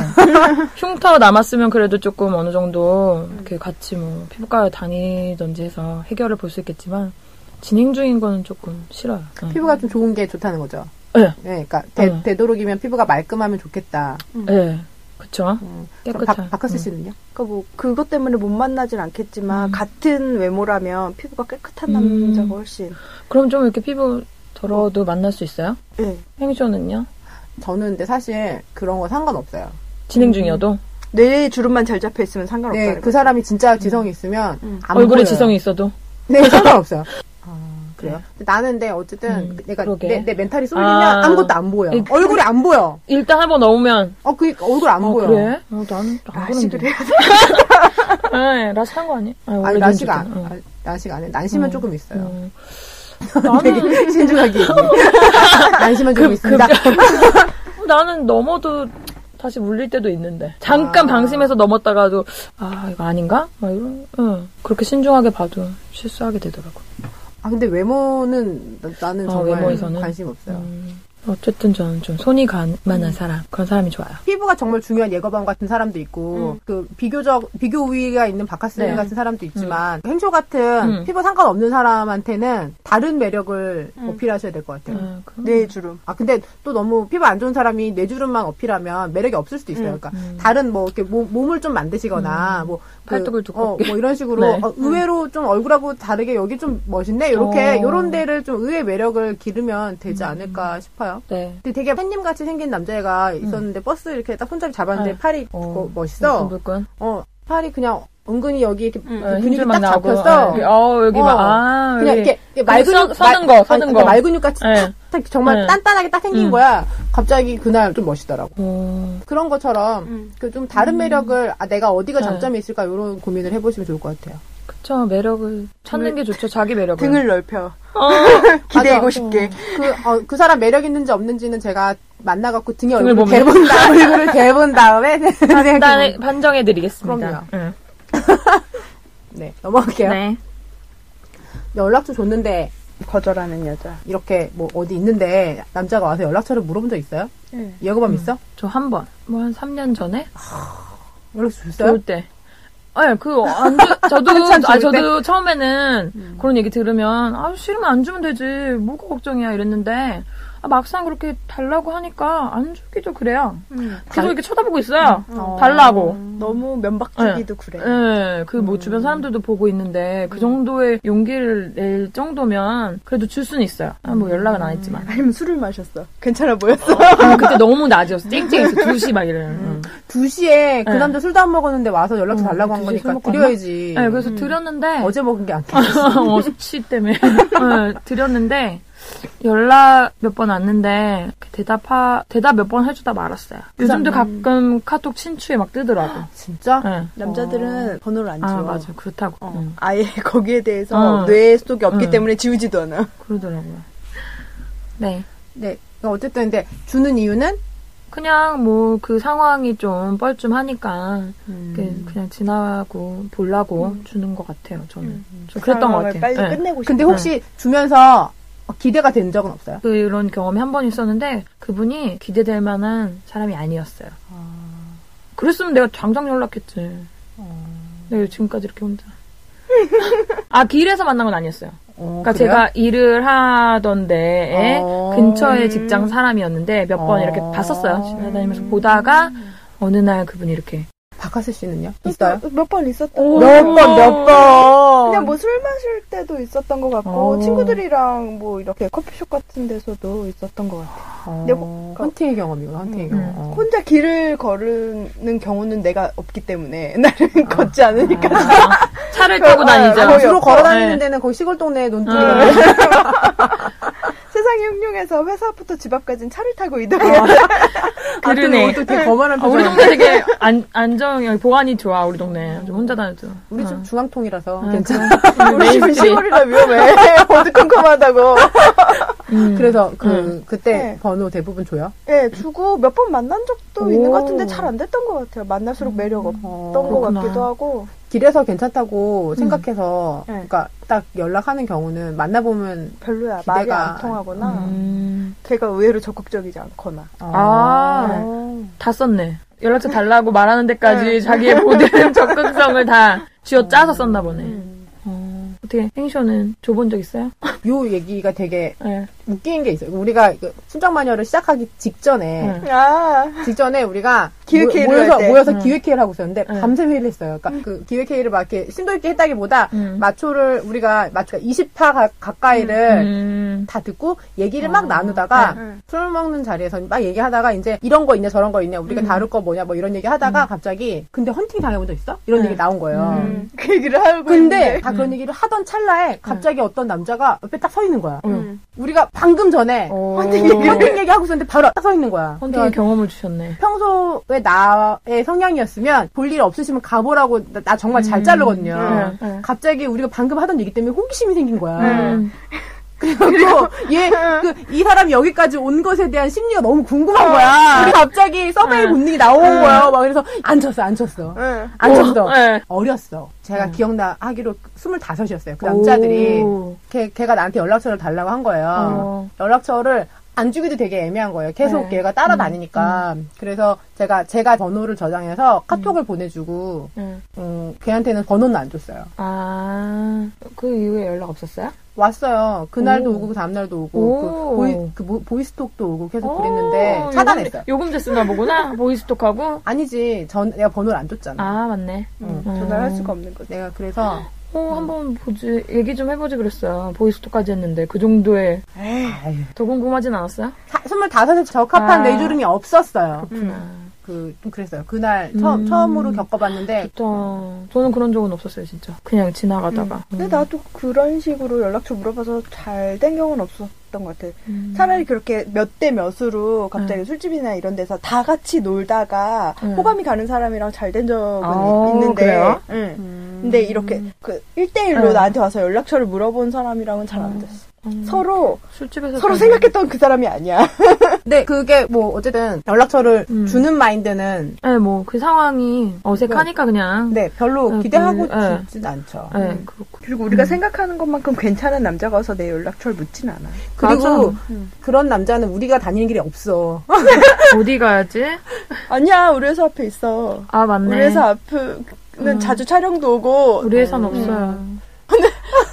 S1: 흉터 남았으면 그래도 조금 어느 정도 이렇게 같이 뭐 피부과 다니던지 해서 해결을 볼 수 있겠지만 진행 중인 거는 조금 싫어요. 네.
S2: 피부가 좀 좋은 게 좋다는 거죠.
S1: 네.
S2: 네, 그러니까 되,
S1: 음.
S2: 되도록이면 피부가 말끔하면 좋겠다.
S1: 네. 그쵸.
S2: 그럼
S1: 깨끗한.
S2: 박- 박하스
S1: 음.
S2: 씨는요?
S3: 그러니까 뭐 그것 때문에 못 만나진
S2: 음.
S3: 않겠지만 같은 외모라면 피부가 깨끗한
S1: 음.
S3: 남자가 훨씬.
S1: 그럼 좀 이렇게 피부 더러워도 만날 수 있어요?
S3: 네.
S1: 행쇼는요?
S2: 저는 근데 사실 그런 거 상관없어요. 음.
S1: 진행 중이어도?
S3: 뇌에 주름만 잘 잡혀 있으면 상관없다는
S2: 네, 그
S3: 거죠.
S2: 사람이 진짜 지성이 있으면
S3: 음.
S2: 안
S1: 얼굴에
S2: 보여요.
S1: 지성이 있어도? (laughs)
S2: 네, 상관없어요. 아, 그래요? 근데 나는 근데 어쨌든
S1: 음,
S2: 내가
S1: 그러게.
S2: 내, 내 멘탈이 쏠리면
S1: 아.
S2: 아. 무것도안 보여.
S1: 이-
S2: 얼굴이 안 보여.
S1: 일단 한번 넣으면.
S2: 어, 그 얼굴 안
S1: 아,
S2: 보여.
S1: 그래? 어, 나는 안 (laughs)
S3: 라식을
S1: 그런데. 네, 라식 한거 아니야? 아니,
S2: 아니
S1: 원래는
S2: 난시가
S1: 진짜, 어.
S2: 안, 난시가 안 해. 난시면
S1: 음.
S2: 조금 있어요.
S1: 어. (laughs) 나는
S2: 되게 신중하게. 얘기해. (laughs) 난시면
S1: 그,
S2: 조금 있습니다.
S1: 나는 넘어도 다시 물릴 때도 있는데 잠깐
S2: 아.
S1: 방심해서 넘었다가도 아 이거 아닌가? 막 이런 응. 그렇게 신중하게 봐도 실수하게 되더라고.
S2: 아 근데 외모는 나- 나는
S1: 아,
S2: 정말
S1: 외모에서는?
S2: 관심 없어요.
S1: 음, 어쨌든 저는 좀 손이 간
S2: 음.
S1: 만한 사람 그런 사람이 좋아요.
S2: 피부가 정말 중요한 예거방 같은 사람도 있고 그 비교적 비교 우위가 있는 바카스
S1: 음. 네.
S2: 같은 사람도 있지만 행쇼 같은
S1: 음.
S2: 피부 상관없는 사람한테는 다른 매력을
S1: 음.
S2: 어필하셔야 될 것 같아요.
S1: 아, 그럼.
S3: 뇌에 주름.
S2: 아 근데 또 너무 피부 안 좋은 사람이 뇌주름만 어필하면 매력이 없을
S1: 음.
S2: 수도 있어요. 그러니까 다른 뭐 이렇게 몸- 몸을 좀 만드시거나 뭐
S1: 팔뚝을
S2: 어,
S1: 두껍게.
S2: 뭐 이런 식으로
S1: (laughs) 네.
S2: 어, 의외로 좀 얼굴하고 다르게 여기 좀 멋있네 이렇게
S1: 어. 음.
S2: 요런 데를 좀 의외 매력을 기르면 되지 않을까 싶어요.
S1: 네.
S2: 근데 되게 팬님 같이 생긴 남자애가 있었는데 버스 이렇게 딱 손잡이 잡았는데
S1: 음. 아.
S2: 팔이 어, 멋있어.
S1: 불끈불끈.
S2: 어 팔이 그냥 은근히 여기 이렇게
S1: 어,
S2: 근육이
S1: 힘줄 막
S2: 딱
S1: 나오고.
S2: 잡혔어.
S1: 어, 어 여기
S2: 어.
S1: 막 아.
S2: 그냥
S1: 여기.
S2: 이렇게, 이렇게 말
S1: 그 서-
S2: 근육
S1: 서는 거, 서는 거.
S2: 말 근육 같이
S1: 네.
S2: 딱 정말
S1: 네.
S2: 단단하게 딱 생긴
S1: 음.
S2: 거야. 갑자기 그날 좀 멋있더라고.
S1: 어,
S2: 그런 것처럼
S3: 음.
S2: 그 좀 다른 매력을 아, 내가 어디가
S1: 네.
S2: 장점이 있을까 이런 고민을 해보시면 좋을 것 같아요.
S1: 그쵸 매력을 찾는 게 좋죠 자기 매력을.
S3: 등을 넓혀.
S1: 어,
S3: 기대고
S2: 맞아.
S3: 싶게.
S2: 그, 어, 그 사람 매력 있는지 없는지는 제가 만나갖고 등에
S1: 등을
S2: 얼굴을
S1: 보면. (laughs)
S2: 대본 다음에, 얼굴을 대본 다음에 생각해
S1: 일단 판정해드리겠습니다.
S2: 그럼요.
S1: 응.
S2: 네, 넘어갈게요.
S1: 네.
S2: 연락처 줬는데
S3: 거절하는 여자.
S2: 이렇게 뭐 어디 있는데 남자가 와서 연락처를 물어본 적 있어요?
S3: 예.
S1: 네. 음.
S2: 예고밤 있어?
S1: 저 한 번, 뭐 한 3년 전에
S2: 연락처 줬어요?
S1: 좋을 때. 예, 그, 안 주, 저도,
S2: 한참
S1: 아,
S2: 좋을
S1: 저도 처음에는 그런 얘기 들으면, 아, 싫으면 안 주면 되지. 뭐가 걱정이야. 이랬는데, 아, 막상 그렇게 달라고 하니까 안 주기도 그래요. 계속 이렇게 쳐다보고 있어요. 달라고.
S2: 음.
S3: 너무 면박주기도 그래.
S1: 예, 그 뭐 주변 사람들도 보고 있는데, 그 정도의 용기를 낼 정도면, 그래도 줄 수는 있어요. 아, 뭐 연락은 안 했지만.
S3: 아니면 술을 마셨어. 괜찮아 보였어.
S1: 아, 그때 너무 낮이었어. 쨍쨍했어. 2시 막 어. 이런. 응.
S2: 2시에 그
S1: 네.
S2: 남자 술도 안 먹었는데 와서 연락처
S1: 음,
S2: 달라고 한
S1: 두 시에 술
S2: 거니까
S1: 먹고
S2: 드려야지.
S1: 예, 그래서 드렸는데, (laughs)
S2: 어제 먹은 게 안 돼.
S1: 어, 수치 때문에 어, 드렸는데 연락 몇 번 왔는데 대답하 대답 몇 번 해주다 말았어요. 요즘도 가끔 카톡 친추에 막 뜨더라고.
S2: 진짜? 어.
S1: 예.
S3: 남자들은 번호를 안 지워.
S1: 아 맞아 그렇다고 음, 응,
S3: (laughs) 아예 거기에 대해서
S1: 어.
S3: 뇌 속에 없기
S1: 응.
S3: 때문에 지우지도 않아.
S1: 그러더라고요. 네.
S2: 네. 그러니까 어쨌든 근데 주는 이유는
S1: 그냥 뭐 그 상황이 좀 뻘쭘하니까 그- 그냥 지나고 보려고 주는 것 같아요. 저는 좀 그랬던 것 같아요.
S3: 빨리
S1: 네.
S3: 끝내고 싶어.
S2: 근데 혹시 주면서 기대가 된 적은 없어요?
S1: 그런 경험이 한 번 있었는데 그분이 기대될 만한 사람이 아니었어요. 그랬으면 내가 당장 연락했지.
S3: 어.
S1: 내가 지금까지 이렇게 혼자. 아 길에서 만난 건 아니었어요.
S2: 어,
S1: 그러니까
S2: 그래요?
S1: 제가 일을 하던데
S2: 어.
S1: 근처의 직장 사람이었는데 몇 번
S2: 어. 음.
S1: 이렇게 봤었어요. 지나다니면서 보다가 어느 날 그분이 이렇게
S2: 박하슬 씨는요?
S3: 그러니까
S2: 있어요? 어.
S3: 몇 번 있었던
S1: 오.
S3: 거
S2: 몇 번, 몇 번!
S3: 그냥 뭐 술 마실 때도 있었던 것 같고
S1: 어.
S3: 친구들이랑 뭐 이렇게 커피숍 같은 데서도 있었던 것 같아요.
S2: 어,
S3: 근데 뭐-
S2: 헌팅의 경험이구나, 헌팅의
S3: 음.
S2: 경험.
S1: 음.
S2: 어.
S3: 혼자 길을 걸으는 경우는 내가 없기 때문에 (laughs) 나를 걷지 않으니까
S1: 아, 차를 타고 다니죠.
S3: 아,
S2: 아, 그러니까 거기로
S3: 거의
S2: 걸어 다니는
S1: 네.
S2: 데는 거기 시골 동네 논두리가
S1: 음.
S3: (laughs) 세상이 흉흉해서 회사 앞부터 집 앞까지는 차를 타고 이동해요.
S1: 그러네.
S2: 또 되게 거만한
S1: 아, 우리
S2: 표정.
S1: 동네 되게 안, 안정, 여기 보안이 좋아, 우리 동네. 좀 혼자 다녀도.
S2: 우리 집
S1: 어.
S2: 중앙통이라서
S1: 아,
S2: 괜찮아. (laughs)
S3: 우리 집은 시골이라 위험해. 어두컴컴하다고.
S1: 음.
S2: 그래서 그
S1: 음.
S2: 그때
S3: 네.
S2: 번호 대부분 줘요.
S3: (laughs) 예, 주고 몇 번 만난 적도
S2: 오.
S3: 있는 것 같은데 잘 안 됐던 것 같아요. 만날수록 매력 없던
S2: 어,
S3: 것
S1: 그렇구나.
S3: 같기도 하고.
S2: 길에서 괜찮다고 생각해서
S3: 네.
S2: 그러니까 딱 연락하는 경우는 만나보면
S3: 별로야. 말이
S2: 기대가-
S3: 안 통하거나.
S1: 음.
S3: 걔가 의외로 적극적이지 않거나.
S2: 어,
S1: 아. 다 썼네. 연락처 달라고 말하는 데까지
S3: 네.
S1: 자기의 모든 (laughs) 적극성을 다 쥐어 짜서 썼나 보네. 어, 어떻게, 행쇼는 줘본 적 있어요?
S2: 요 얘기가 되게
S1: 네.
S2: 웃긴 게 있어요. 우리가 그 순정 마녀를 시작하기 직전에
S1: 네.
S3: 아,
S2: 직전에 우리가
S3: 기획회의를
S2: 모- 모여서
S3: 할 때.
S2: 모여서
S1: 음.
S2: 기획회의를 하고 있었는데
S1: 음.
S2: 밤새 회의를 했어요. 그러니까 그 기획회의를 막 이렇게 심도 있게 했다기보다
S1: 음.
S2: 마초를 우리가 마초가 20파 가, 가까이를
S1: 음.
S2: 다 듣고 얘기를 막
S1: 아,
S2: 나누다가
S3: 네, 네.
S2: 술 먹는 자리에서 막 얘기하다가 이제 이런 거 있냐 저런 거 있냐 우리가 다룰 거 뭐냐 뭐 이런 얘기 하다가 갑자기 근데 헌팅 당해본 적 있어? 이런
S1: 네.
S2: 얘기 나온 거예요.
S1: 음.
S3: 음, 그 얘기를 하고
S2: 근데
S3: 있는데.
S2: 다 그런 얘기를 하던 찰나에 갑자기 어떤 남자가 옆에 딱 서 있는 거야.
S3: 음.
S2: 우리가 방금 전에
S1: 헌팅
S2: 헌팅 얘기하고 있었는데 바로 딱 서 있는 거야.
S1: 헌팅의 경험을 주셨네.
S2: 평소에 나의 성향이었으면 볼 일 없으시면 가보라고 나, 나 정말 잘
S1: 음.
S2: 자르거든요.
S1: 네, 네.
S2: 갑자기 우리가 방금 하던 얘기 때문에 호기심이 생긴 거야.
S1: 음.
S2: 그리고 얘그이 사람이 여기까지 온 것에 대한 심리가 너무 궁금한 거야. 어. 우리 갑자기 (laughs) 음. 서베이 본능이 나온 거야. 막 그래서 안 쳤어, 안 쳤어,
S3: 응.
S2: 안 쳤어. 예. 음.
S1: 네.
S2: 어렸어. 제가 기억나하기로 25이었어요. 그
S1: 오.
S2: 남자들이. 걔, 걔가 나한테 연락처를 달라고 한 거예요.
S1: 어.
S2: 연락처를 안 주기도 되게 애매한 거예요. 계속
S1: 네. 음,
S2: 걔가 따라다니니까. 그래서 제가, 제가 번호를 저장해서 카톡을 보내주고,
S1: 네.
S2: 음, 걔한테는 번호는 안 줬어요.
S1: 아, 그 이후에 연락 없었어요?
S2: 왔어요. 그날도
S1: 오.
S2: 오고 그 다음날도
S1: 오.
S2: 오고 그 보이 그 보- 보이스톡도 오고 계속
S1: 오,
S2: 그랬는데
S1: 요금-
S2: 차단했어요.
S1: 요금제 쓰나 보구나. 보이스톡하고.
S2: 아니지 전 내가 번호를 안 줬잖아.
S1: 아, 맞네.
S3: 음,
S1: 음.
S3: 전화를 할 수가 없는 거지.
S2: 내가 그래서
S1: 어, 한번 보지, 얘기 좀 해보지 그랬어요. 보이스톡까지 했는데, 그 정도의,
S2: 아유,
S1: 더 궁금하진 않았어요?
S2: 사- 25에 적합한
S1: 아.
S2: 내 주름이 없었어요.
S3: 음.
S1: 그렇구나.
S2: 그 좀 그랬어요. 그날 처음
S1: 음.
S2: 처음으로 겪어봤는데
S1: 진짜, 저는 그런 적은 없었어요, 진짜. 그냥 지나가다가.
S3: 음. 근데 나도 그런 식으로 연락처 물어봐서 잘 된 경우는 없었던 것 같아.
S1: 음.
S3: 차라리 그렇게 몇 대 몇으로 갑자기 술집이나 이런 데서 다 같이 놀다가
S1: 음.
S3: 호감이 가는 사람이랑 잘 된 적은
S1: 아,
S3: 있는데.
S1: 그래요?
S3: 응. 근데 이렇게 그일대일로
S1: 음.
S3: 나한테 와서 연락처를 물어본 사람이랑은 잘 안 됐어.
S1: 음.
S3: 서로
S1: 술집에서.
S3: 서로
S1: 자면-
S3: 생각했던 그 사람이 아니야.
S2: 근데 그게 뭐 어쨌든 연락처를
S1: 음.
S2: 주는 마인드는
S1: 네, 뭐, 그 상황이 어색하니까 그냥.
S2: 네 별로
S1: 음,
S2: 기대하고
S1: 그, 네.
S2: 주진 않죠.
S1: 네,
S3: 음.
S1: 그렇고.
S3: 그리고 우리가 생각하는 것만큼 괜찮은 남자가 와서 내 연락처를 묻진 않아.
S2: 그리고
S1: 맞아.
S3: 음.
S2: 그런 남자는 우리가 다니는 길이 없어.
S1: 어디 가야지?
S3: 아니야, 우리 회사 앞에 있어.
S1: 아, 맞네.
S3: 우리 회사 앞에는 자주 촬영도 오고
S1: 음. 우리 회사는 없어요.
S3: 음.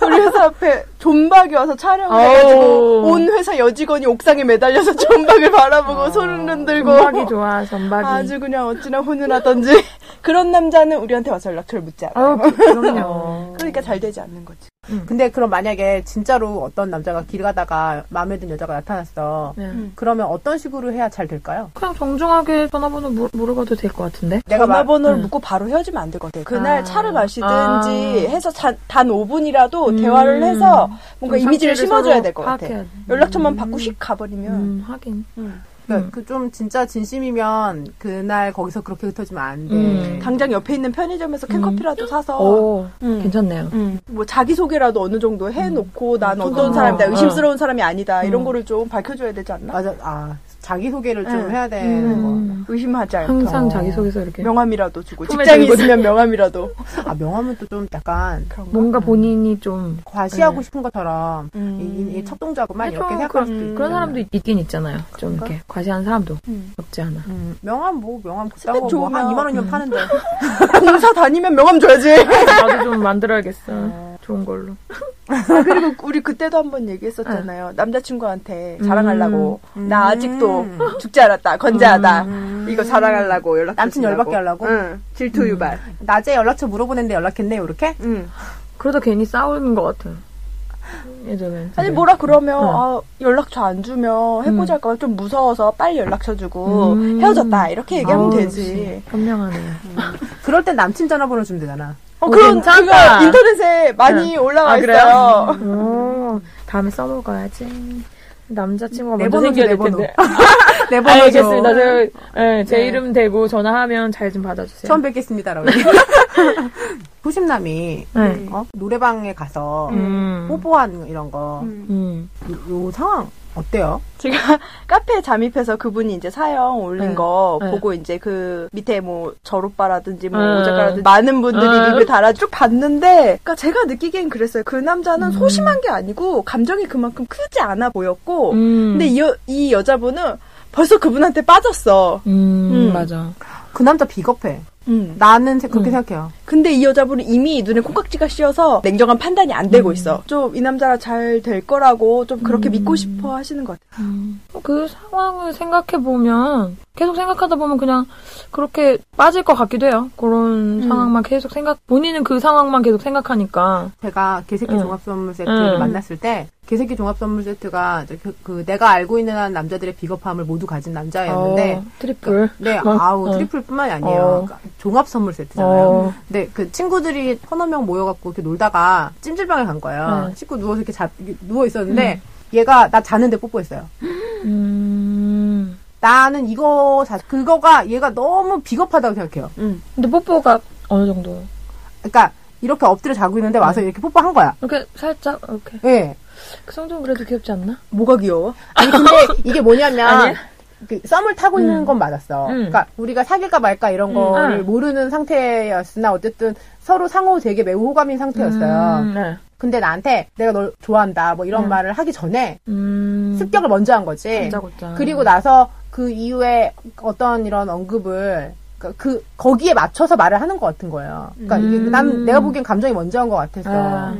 S3: 우리 회사 앞에 존박이 와서 촬영을 해가지고
S1: 아우.
S3: 온 회사 여직원이 옥상에 매달려서 존박을 바라보고 손을 흔들고
S1: 전박이 좋아, 전박이.
S3: 아주 그냥 어찌나 훈훈하던지 그런 남자는 우리한테 와서 연락처를 묻지 않아요.
S1: 아유, 그- 그럼요.
S3: 그러니까 잘 되지 않는 거지.
S2: 어. 근데 그럼 만약에 진짜로 어떤 남자가 길 가다가 마음에 든 여자가 나타났어.
S1: 네.
S3: 음.
S2: 그러면 어떤 식으로 해야 잘 될까요?
S1: 그냥 정중하게 전화번호 물, 물어봐도 될 것 같은데?
S2: 내가 막-
S3: 전화번호를
S1: 응.
S3: 묻고 바로 헤어지면 안 되거든. 그날
S1: 아.
S3: 차를 마시든지
S1: 아.
S3: 해서 자- 단 5분이라도
S1: 음.
S3: 대화를 해서 뭔가
S1: 좀
S3: 이미지를
S1: 상태를
S3: 심어줘야
S1: 서로
S3: 될 것 같아.
S1: 파악해야 돼.
S3: 연락처만
S1: 음.
S3: 받고 휙 가버리면
S1: 음, 하긴.
S3: 음.
S2: 그러니까 그 좀 진짜 진심이면 그날 거기서 그렇게 흩어지면 안 돼.
S1: 음.
S3: 당장 옆에 있는 편의점에서 캔커피라도 사서
S1: 오,
S3: 음.
S1: 음. 어, 괜찮네요.
S3: 뭐 자기소개라도 어느 정도 해놓고 난 어떤
S1: 아.
S3: 사람이다
S1: 어.
S3: 의심스러운 사람이 아니다 이런
S1: 음.
S3: 거를 좀 밝혀줘야 되지 않나?
S2: 맞아. 아 자기소개를 좀
S3: 응.
S2: 해야 뭐. 되는
S1: 음.
S2: 거.
S3: 의심하지 않고
S1: 항상
S2: 어.
S1: 자기소개서 이렇게
S3: 음. 명함이라도 주고
S1: 품에
S3: 직장이
S1: 들고
S3: 있으면 명함이라도
S2: 아, 명함은 또 좀 약간
S3: 그런 거.
S1: 뭔가 본인이 좀
S2: 과시하고
S1: 네.
S2: 싶은 것처럼
S3: 음.
S2: 이, 이 첩동자구만
S1: 아니,
S2: 이렇게
S1: 좀
S2: 생각할 수도
S3: 그런-
S2: 있고
S1: 그렇죠. 그런 사람도 있- 있긴 있잖아요. 좀
S3: 그런가?
S1: 이렇게 과시한 사람도
S3: 음.
S1: 없지
S3: (laughs)
S1: 않아.
S2: 음, 명함 뭐 명함
S3: 스펙
S2: 그따고 뭐 한
S3: 좋으면-
S2: 2만 원이면 파는데
S3: 공사 다니면 명함 줘야지.
S1: 나도 좀 만들어야겠어.
S3: 네.
S1: 좋은 걸로.
S3: 아, 그리고 우리 그때도 한번 얘기했었잖아요. 남자친구한테 자랑하려고
S2: 음.
S3: 나 아직도 죽지 않았다, 건재하다.
S1: 음.
S2: (laughs)
S3: 이거 자랑하려고 연락.
S2: 남친
S3: 주시려고.
S2: 열받게 하려고?
S3: 응. 질투 유발.
S1: 음.
S2: 낮에 연락처 물어보는데 연락했네요 이렇게
S3: 응.
S1: 그러다 괜히 싸우는 것 같아요. 예전에.
S3: 아니 뭐라 그러면
S1: 어.
S3: 아, 연락처 안 주면 해코지할까봐 좀 무서워서 빨리 연락처 주고
S1: 음.
S3: 헤어졌다 이렇게 얘기하면
S1: 아우,
S3: 되지.
S1: 역시 현명하네요.
S2: 그럴 땐 남친 전화번호 주면 되잖아
S3: 어,
S1: 어,
S3: 그런
S1: 괜찮다.
S3: 그거 인터넷에 많이 올라와
S1: 아, 그래요?
S3: 있어요.
S1: 오, 다음에 써먹어야지. 남자친구가
S2: 내
S1: 먼저
S2: 번호
S1: 생겨야
S2: 줘,
S1: 될
S2: 내 번호
S3: (laughs)
S1: 텐데.
S3: 아,
S2: 내 번호
S1: 알겠습니다.
S2: 줘.
S1: 저, 예, 제
S2: 네.
S1: 이름 대고 전화하면 잘 좀 받아주세요.
S2: 처음 뵙겠습니다라고
S1: (laughs)
S2: 후심남이
S1: 네.
S2: 어? 노래방에 가서
S1: 음.
S2: 뽀뽀한 이런 거 요
S3: 음.
S1: 음.
S2: 상황 어때요?
S3: 제가 카페에 잠입해서 그분이 이제 사연 올린
S1: 네.
S3: 거
S1: 네.
S3: 보고 이제 그 밑에 뭐 저로빠라든지 뭐
S1: 음.
S3: 오작가라든지 많은 분들이
S1: 음.
S3: 리뷰 달아 쭉 봤는데 그러니까 제가 느끼기엔 그랬어요. 그 남자는
S1: 음.
S3: 소심한 게 아니고 감정이 그만큼 크지 않아 보였고
S1: 음.
S3: 근데 이, 여, 이 여자분은 벌써 그분한테 빠졌어.
S1: 음,
S3: 음.
S1: 맞아.
S2: 그 남자 비겁해
S3: 음.
S2: 나는 세- 그렇게 생각해요
S3: 근데 이 여자분은 이미 눈에 콩깍지가 씌어서 냉정한 판단이 안 되고
S1: 음.
S3: 있어. 좀 이 남자가 잘 될 거라고 좀 그렇게 믿고 싶어 하시는 것 같아요.
S1: 그 상황을 생각해보면, 계속 생각하다 보면 그냥 그렇게 빠질 것 같기도 해요. 그런
S3: 음.
S1: 상황만 계속 생각, 본인은 그 상황만 계속 생각하니까.
S2: 제가 개새끼
S1: 응.
S2: 종합선물 세트를
S1: 응.
S2: 만났을 때 개새끼 종합선물 세트가 이제 그, 그 내가 알고 있는 한 남자들의 비겁함을 모두 가진 남자였는데
S1: 어, 트리플.
S2: 네,
S1: 어,
S2: 아우
S1: 어.
S2: 트리플뿐만이 아니에요.
S1: 어.
S2: 그러니까 종합 선물 세트잖아요.
S1: 어.
S2: 근데 그 친구들이 서너 명 모여갖고 이렇게 놀다가 찜질방에 간 거예요.
S1: 네.
S2: 친구 누워서 이렇게 자, 누워 있었는데 얘가 나 자는데 뽀뽀했어요.
S1: 음.
S2: 나는 이거 자, 그거가 얘가 너무 비겁하다고 생각해요.
S3: 음.
S1: 근데 뽀뽀가 어느 정도?
S2: 그러니까 이렇게 엎드려 자고 있는데 와서
S1: 네.
S2: 이렇게 뽀뽀한 거야.
S1: 이렇게 살짝, 이렇게.
S2: 예.
S1: 그 정도는 그래도 귀엽지 않나?
S3: 뭐가 귀여워?
S1: (laughs)
S2: 아니 근데 이게 뭐냐면
S1: 아니야?
S2: 그 썸을 타고 있는 건 맞았어.
S1: 음. 아.
S2: 그러니까 우리가 사귈까 말까 이런 거를 모르는 상태였으나 어쨌든 서로 상호 되게 매우 호감인 상태였어요.
S1: 음, 네.
S2: 근데 나한테 내가 널 좋아한다 뭐 이런
S1: 음.
S2: 말을 하기 전에
S1: 음.
S2: 습격을 먼저 한 거지.
S1: 꼼짝꼼짝.
S2: 그리고 나서 그 이후에 어떤 이런 언급을 그러니까 그 거기에 맞춰서 말을 하는 것 같은 거예요. 그러니까 이게
S1: 음.
S2: 난 내가 보기엔 감정이 먼저 한 것 같았어.
S1: 아.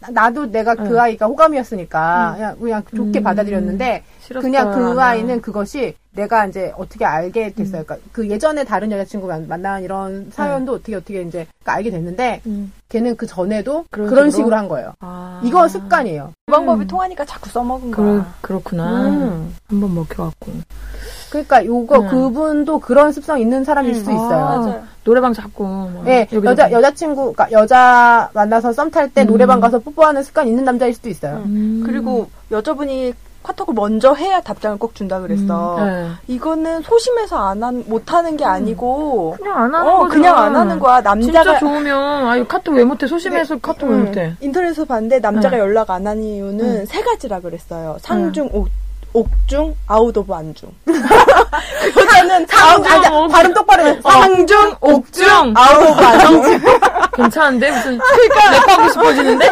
S2: 나- 나도 내가 그
S1: 음.
S2: 아이가 호감이었으니까 그냥, 그냥 좋게
S1: 음.
S2: 받아들였는데
S1: 싫었다.
S2: 그냥
S1: 그렇죠.
S2: 그
S1: 네.
S2: 아이는 그것이 내가 이제 어떻게 알게
S1: 음.
S2: 됐어요. 그러니까 그 예전에 다른 여자친구 만- 만난 이런 사연도 어떻게 어떻게 이제 그러니까 알게 됐는데
S1: 네. 음.
S2: 걔는 그 전에도
S1: 그런
S2: 그런,
S1: 식으로?
S2: 식으로 한 거예요.
S1: 아.
S2: 이건 습관이에요.
S3: 그 방법이 통하니까 자꾸 써먹은 거야.
S1: 음. 그러, 그렇구나.
S2: 음.
S1: 한번 먹혀갖고.
S2: 그러니까 요거
S1: 음.
S2: 그분도 그런 습성 있는 사람일 수도
S3: 음.
S2: 있어요.
S1: 아,
S3: 맞아요.
S1: 노래방 자꾸. 뭐
S2: 예,
S1: 여기저기.
S2: 여자 여자친구 그러니까 여자 만나서 썸 탈 때
S1: 음.
S2: 노래방 가서 뽀뽀하는 습관 있는 남자일 수도 있어요.
S1: 음.
S3: 그리고 여자분이 카톡을 먼저 해야 답장을 꼭 준다 그랬어.
S1: 네.
S3: 이거는 소심해서 안 한, 못하는 게 아니고,
S1: 그냥 안 하는
S3: 어,
S1: 거죠.
S3: 그냥 안 하는 거야. 남자가,
S1: 진짜 좋으면 아유 카톡 왜 못해 소심해서 카톡 왜
S3: 음,
S1: 못해
S3: 인터넷에서 봤는데 남자가
S1: 네.
S3: 연락 안 한
S1: 음.
S3: 이유는 세 가지라 그랬어요. 상중, 옥, 옥중, 아웃
S1: (laughs)
S3: 오브 안중. 그거는
S2: 상, 아, 자,
S1: 옥-
S2: 발음 똑바로 해.
S1: 어.
S3: 상중, 옥중,
S1: 옥중!
S3: 아웃 오브
S1: 어.
S3: 안중. 아.
S1: 괜찮은데
S3: (laughs)
S1: 무슨 그러니까 랩하고 싶어지는데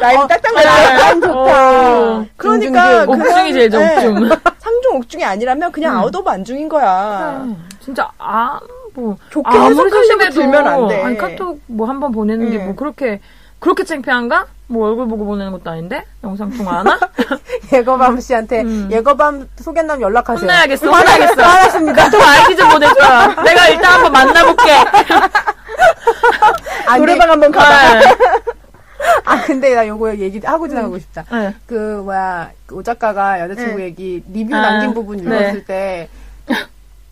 S2: 라임 딱딱
S1: 네.
S2: 맞아. 좋다.
S1: 어.
S3: 그러니까
S1: 옥중이
S3: 그냥-
S1: 제일 옥중 음.
S3: 네. (laughs) 상중, 옥중이 아니라면 그냥 아웃 오브 안중인 거야.
S1: 그러니까. 진짜 아뭐
S3: 아. 좋게
S1: 아무리
S3: 해석하려고
S1: 소심해도
S3: 들면 안 돼.
S1: 아니 카톡 뭐 한 번 보내는 게
S3: 음.
S1: 뭐 그렇게 그렇게 창피한가? 뭐 얼굴 보고 보내는 것도 아닌데 영상 통화 하나?
S2: (laughs) 예거밤 씨한테
S1: 음.
S2: 예거밤 소개남 연락하세요.
S1: 혼나야겠어 혼나야겠어
S2: 화났습니다.
S1: 좀 아이디 좀 보내줘 내가 일단 한번 만나볼게
S2: 아니,
S3: 노래방 한번 가봐.
S1: 네.
S2: 아 근데 나 요거 얘기 하고 지나가고 싶다.
S1: 네. 네.
S2: 그 뭐야 그 오작가가 여자친구
S3: 네.
S2: 얘기 리뷰
S1: 아,
S2: 남긴 부분 읽었을 때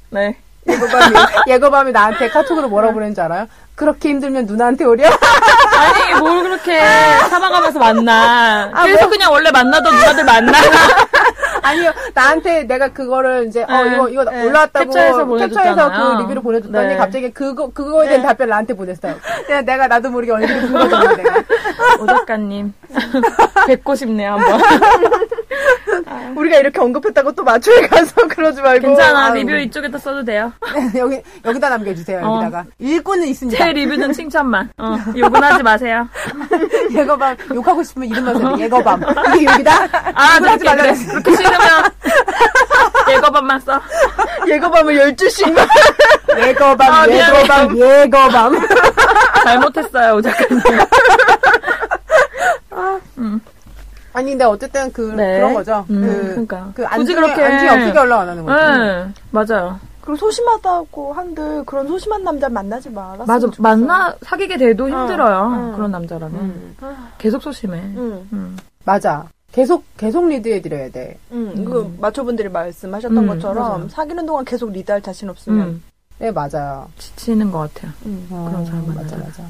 S1: 네.
S2: 예거밤이 (laughs) 예거밤이 나한테 카톡으로 뭐라고 보낸줄 알아요? 그렇게 힘들면 누나한테 오려? (laughs)
S1: 아니 뭘 그렇게 사방하면서 만나 그래서 그냥 원래 만나던 누나들 만나 (laughs)
S2: 아니요, 나한테 내가 그거를 이제 어
S1: 네,
S2: 이거 이거
S1: 네.
S2: 올라왔다고
S1: 캡처해서 보내줬잖아요.
S2: 캡처해서 그 리뷰를 보내줬더니
S1: 네.
S2: 갑자기 그거 그거에 대한 답변을 나한테 보냈어요. 그냥 내가 나도
S1: (laughs)
S2: 모르게 얼굴이 붉어졌어 내가.
S1: 오 작가님 뵙고 싶네요 한번
S3: 우리가 이렇게 언급했다고 또 마초에 가서 (laughs) 그러지 말고.
S1: (laughs) 괜찮아.
S2: 아유.
S1: 리뷰
S3: (laughs)
S1: 이쪽에다 써도 돼요.
S2: 여기 여기다 남겨주세요.
S1: 어.
S2: 여기다가 일꾼은 있습니다.
S1: 제 리뷰는 칭찬만. 어, 욕은 하지 마세요.
S2: (laughs) 예거밤 욕하고 싶으면 이름만 써요. 예거밤 이게 (laughs) 욕이다.
S1: 아,
S2: 욕을
S1: 그렇게,
S2: 하지 말라
S1: 그래. 그렇게 싫으면 예거밤만 써.
S3: 예고밤을 12시인가?
S2: 예거밤
S1: 아, 미안해.
S2: 예거밤 예거밤.
S1: 잘못했어요, 오 작가님.
S2: (laughs) 아니 근데 어쨌든 그
S1: 네.
S2: 그런 거죠.
S1: 음,
S2: 그,
S1: 그러니까.
S2: 그
S1: 굳이
S2: 안중에
S1: 그렇게-
S2: 안중에 없게 올라가는 거죠.
S1: 네, 맞아요.
S3: 그럼 소심하다고 한들 그런 소심한 남자 만나지 말았으면
S1: 맞아.
S3: 좋겠어.
S1: 만나, 사귀게 돼도 힘들어요.
S3: 응.
S1: 그런 남자라면.
S2: 음.
S1: 계속 소심해.
S3: 응,
S1: 음.
S2: 맞아. 계속 계속 리드해 드려야 돼.
S3: 응. 그 마초분들이 말씀하셨던
S1: 음,
S3: 것처럼
S1: 맞아요.
S3: 사귀는 동안 계속 리드할 자신 없으면.
S1: 음.
S2: 네 맞아요.
S1: 지치는 것 같아요.
S3: 음.
S2: 어,
S1: 그런 사람
S2: 맞아
S1: 만나면.
S2: 맞아.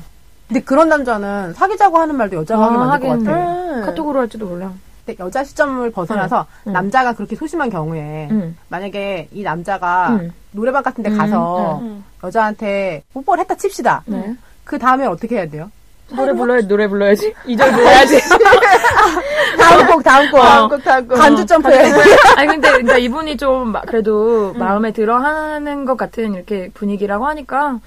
S2: 근데 그런 남자는 사귀자고 하는 말도 여자가 하게
S1: 아,
S2: 만들 것
S1: 하긴.
S2: 같아. 요
S3: 음.
S1: 카톡으로 할지도 몰라.
S2: 근데 여자 시점을 벗어나서
S1: 응.
S2: 남자가 그렇게 소심한 경우에
S1: 응.
S2: 만약에 이 남자가
S1: 응.
S2: 노래방 같은 데
S1: 음,
S2: 가서
S3: 음.
S2: 여자한테 뽀뽀를 했다 칩시다.
S1: 네.
S2: 그 다음에 어떻게 해야 돼요?
S1: 노래 불러야 노래 불러야지. 이절 불러야지.
S2: 다음 곡 다음 곡.
S3: 다음 곡, 다음 곡.
S2: 간주 점프 해야 돼.
S1: (laughs) 아니 근데 그러니까 이분이 좀 마- 그래도 마음에 들어하는 것 같은 이렇게 분위기라고 하니까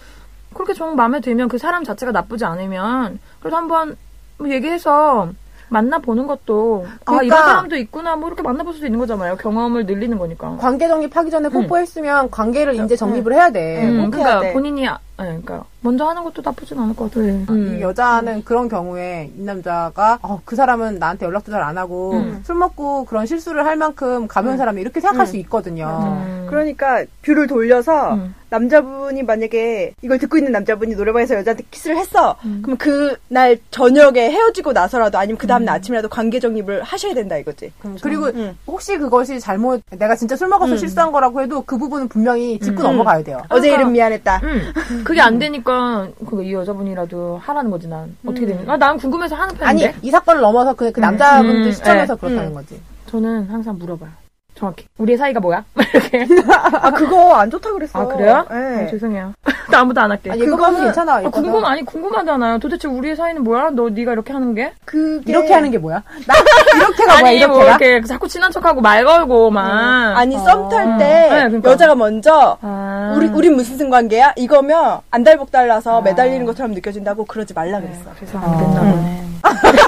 S1: 그렇게 정 마음에 들면 그 사람 자체가 나쁘지 않으면 그래도 한번 뭐 얘기해서 만나보는 것도 아
S2: 그러니까-
S1: 이런 사람도 있구나 뭐 이렇게 만나볼 수도 있는 거잖아요. 경험을 늘리는 거니까.
S2: 관계 정립하기 전에 뽀뽀했으면 관계를 이제 정립을 해야 돼. 뭐
S1: 음,
S3: 꼭 해야
S1: 그러니까
S3: 돼.
S1: 본인이 아, 네, 그러니까 먼저 하는 것도 나쁘진 않을 것 같아요.
S2: 이
S1: 음.
S2: 여자는 그런 경우에 이 남자가 어, 그 사람은 나한테 연락도 잘 안 하고
S1: 음.
S2: 술 먹고 그런 실수를 할 만큼 가벼운 사람이 이렇게 생각할
S3: 음.
S2: 수 있거든요.
S1: 음.
S3: 그러니까 뷰를 돌려서
S1: 음.
S3: 남자분이 만약에 이걸 듣고 있는 남자분이 노래방에서 여자한테 키스를 했어.
S1: 음.
S3: 그럼 그 날 저녁에 헤어지고 나서라도 아니면 그 다음날 아침이라도 관계 정립을 하셔야 된다 이거지.
S1: 그렇죠.
S2: 그리고
S3: 음.
S2: 혹시 그것이 잘못 내가 진짜 술 먹어서
S3: 음.
S2: 실수한 거라고 해도 그 부분은 분명히 짚고
S1: 음.
S2: 넘어가야 돼요.
S3: 어제
S1: 그러니까-
S3: 이름 미안했다.
S1: 음. 그게 안 되니까 그이 여자분이라도 하라는 거지 난 어떻게 됩니까? 난 궁금해서 하는
S2: 아니
S1: 편인데
S2: 이 사건을 넘어서 그, 그 남자분들
S1: 음,
S2: 시점에서
S1: 네.
S2: 그렇다는
S3: 음.
S2: 거지.
S1: 저는 항상 물어봐요. 정확히 우리의 사이가 뭐야? 이렇게
S3: 아 그거 안 좋다 그랬어.
S1: 아 그래요?
S3: 예.
S1: 아, 죄송해요. (laughs) 나 아무도 안 할게.
S2: 아니
S3: 그거는-
S2: 그거는 괜찮아.
S1: 아,
S2: 이거는.
S1: 궁금 아니 궁금하잖아요. 도대체 우리의 사이는 뭐야? 너 네가 이렇게 하는 게?
S3: 그게
S2: 이렇게 하는
S1: (laughs)
S2: 게 뭐야? 나 이렇게가 뭐야?
S1: 아니
S2: 이렇게가?
S1: 뭐 이렇게 자꾸 친한 척하고 말 걸고 막.
S3: 음. 아니 썸
S1: 어.
S3: 탈 때
S1: 네, 그러니까.
S3: 여자가 먼저
S1: 아.
S3: 우리 우린 무슨 상관계야? 이거면 안달복 달라서 매달리는 것처럼 느껴진다고 그러지 말라 그랬어.
S1: 그래서 안 됐나 보네.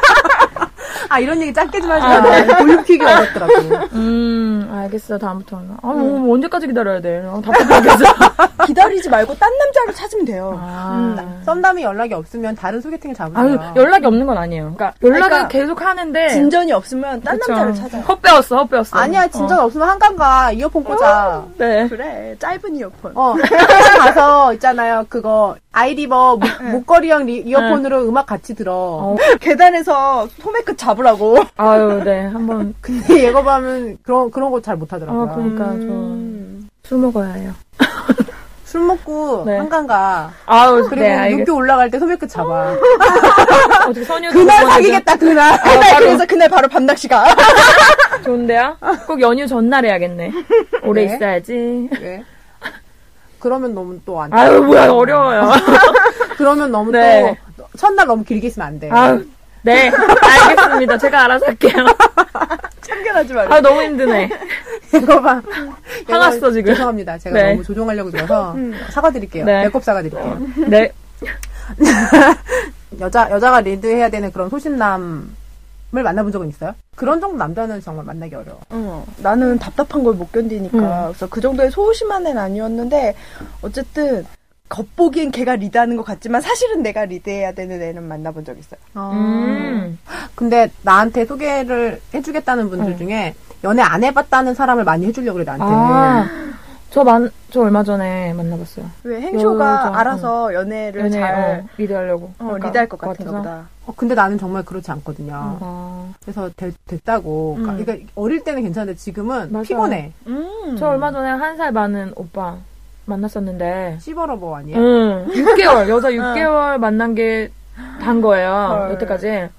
S2: 아 이런 얘기 짧게 좀 하지 마. 볼륨
S1: (laughs)
S2: 튀기 어렵더라고.
S1: 음 알겠어 다음부터는. 아 뭐, 언제까지 기다려야 돼? 아, 답답하겠어.
S3: 기다리지 말고 딴 남자를 찾으면 돼요.
S1: 아.
S2: 썸남이 음. 연락이 없으면 다른 소개팅을
S1: 아유
S2: 잡으세요.
S1: 연락이 없는 건 아니에요. 그러니까 연락을
S3: 그러니까
S1: 계속 하는데
S3: 진전이 없으면 딴
S1: 그쵸.
S3: 남자를 찾아. 요
S1: 헛배웠어 헛배웠어.
S2: 아니야 진전 없으면 한강 가 이어폰 꽂아.
S1: 네.
S3: 그래 짧은 이어폰.
S2: 어 한강 가서 있잖아요 그거 아이리버 목- 목걸이형 리- 이어폰으로 음악 같이 들어.
S1: 네. 어.
S3: 계단에서 소매끝 잡으라고. (laughs)
S1: 아유 네 한번.
S2: 근데 얘거 보면 그런 그런 거 잘 못하더라고요.
S1: 아 (laughs) 그러니까
S3: 음.
S1: 저술 먹어야 해요.
S2: 술 먹고
S1: 네.
S2: 한강 가
S1: 아우
S2: 그리고
S1: 네 알겠어.
S2: 육교 올라갈 때 소매끝 잡아.
S1: 어떻게 선유
S2: 그날 사귀겠다 그날.
S3: 그날 그래서 그날 바로 밤낚시가.
S2: 아,
S1: (laughs) 좋은데요? 꼭 연휴 전날 해야겠네. 오래
S2: 네.
S1: 있어야지.
S2: 왜? 그러면 너무 또 안. 돼.
S1: 아유 뭐야 어려워요.
S2: 그러면 너무
S1: 네.
S2: 또 첫날 너무 길게 있으면 안 돼.
S1: 아유 네 알겠습니다. 제가 알아서 할게요.
S3: 참견하지 말고.
S1: 아 너무 힘드네.
S2: 이거 봐.
S1: 화났어, 지금.
S2: 죄송합니다. 제가
S1: 네.
S2: 너무 조종하려고 들어서 사과드릴게요.
S1: 네.
S2: 배꼽 사과드릴게요.
S1: 네.
S2: 여자 여자가 리드해야 되는 그런 소신남을 만나본 적은 있어요? 그런 정도 남자는 정말 만나기 어려워.
S3: 어, 나는 답답한 걸 못 견디니까 그래서 그 정도의 소심한 애는 아니었는데 어쨌든 겉보기엔 걔가 리드하는 것 같지만 사실은 내가 리드해야 되는 애는 만나본 적 있어요.
S1: 음.
S2: 근데 나한테 소개를 해주겠다는 분들 중에 연애 안 해봤다는 사람을 많이 해주려고 그래 나한테.
S1: 아저 네. 만, 저 얼마 전에 만나봤어요.
S3: 왜 행쇼가
S1: 여자,
S3: 알아서 연애를
S1: 연애,
S3: 잘
S1: 어, 리드하려고.
S3: 어,
S1: 그러니까
S3: 리드할 것
S1: 그거
S3: 같은가
S1: 같아서.
S3: 보다.
S2: 어, 근데 나는 정말 그렇지 않거든요.
S1: 아,
S2: 그래서 되- 됐다고.
S1: 음.
S2: 그러니까 어릴 때는 괜찮은데 지금은
S1: 맞아요.
S2: 피곤해.
S3: 음.
S1: 저 얼마 전에 한 살 많은 오빠 만났었는데,
S2: 씨버러버 뭐
S1: 예?
S2: 아니에요?
S1: 응, 6개월, 여자 6개월 만난 게 단 거예요,
S3: 헐.
S1: (laughs) 여태까지.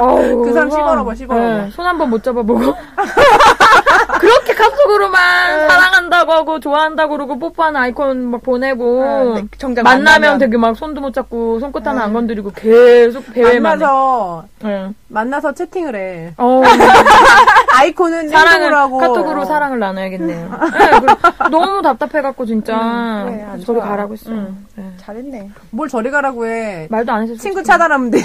S1: 어우,
S2: 그 사람
S1: 그냥,
S2: 씹어라봐, 씹어라봐.
S1: 손 한 번 못 잡아보고. (laughs) 그렇게 카톡으로만 사랑한다고 하고, 좋아한다고 그러고, 뽀뽀하는 아이콘 막 보내고,
S3: 아, 네, 정작
S1: 예, 만나면
S3: 만나면
S1: 되게 막 손도 못 잡고, 손끝 하나 안 건드리고, 계속 배회만 해.
S2: 만나서
S1: 예.
S2: 만나서
S1: (laughs)
S2: 채팅을 해.
S1: 어,
S2: 아이콘은
S1: 사랑을
S2: 행동으로 하고
S1: 카톡으로
S2: 어.
S1: 사랑을
S3: (laughs)
S1: 나눠야겠네요. 네, 그럼 너무 답답해갖고 진짜
S3: 음, 그래, 안
S1: 저리
S3: 좋아.
S1: 가라고 했어요.
S2: 음.
S1: 네.
S3: 잘했네.
S2: 뭘 저리 가라고 해.
S1: 말도 안 해서
S2: 친구 차단하면
S1: (laughs)
S2: 돼요.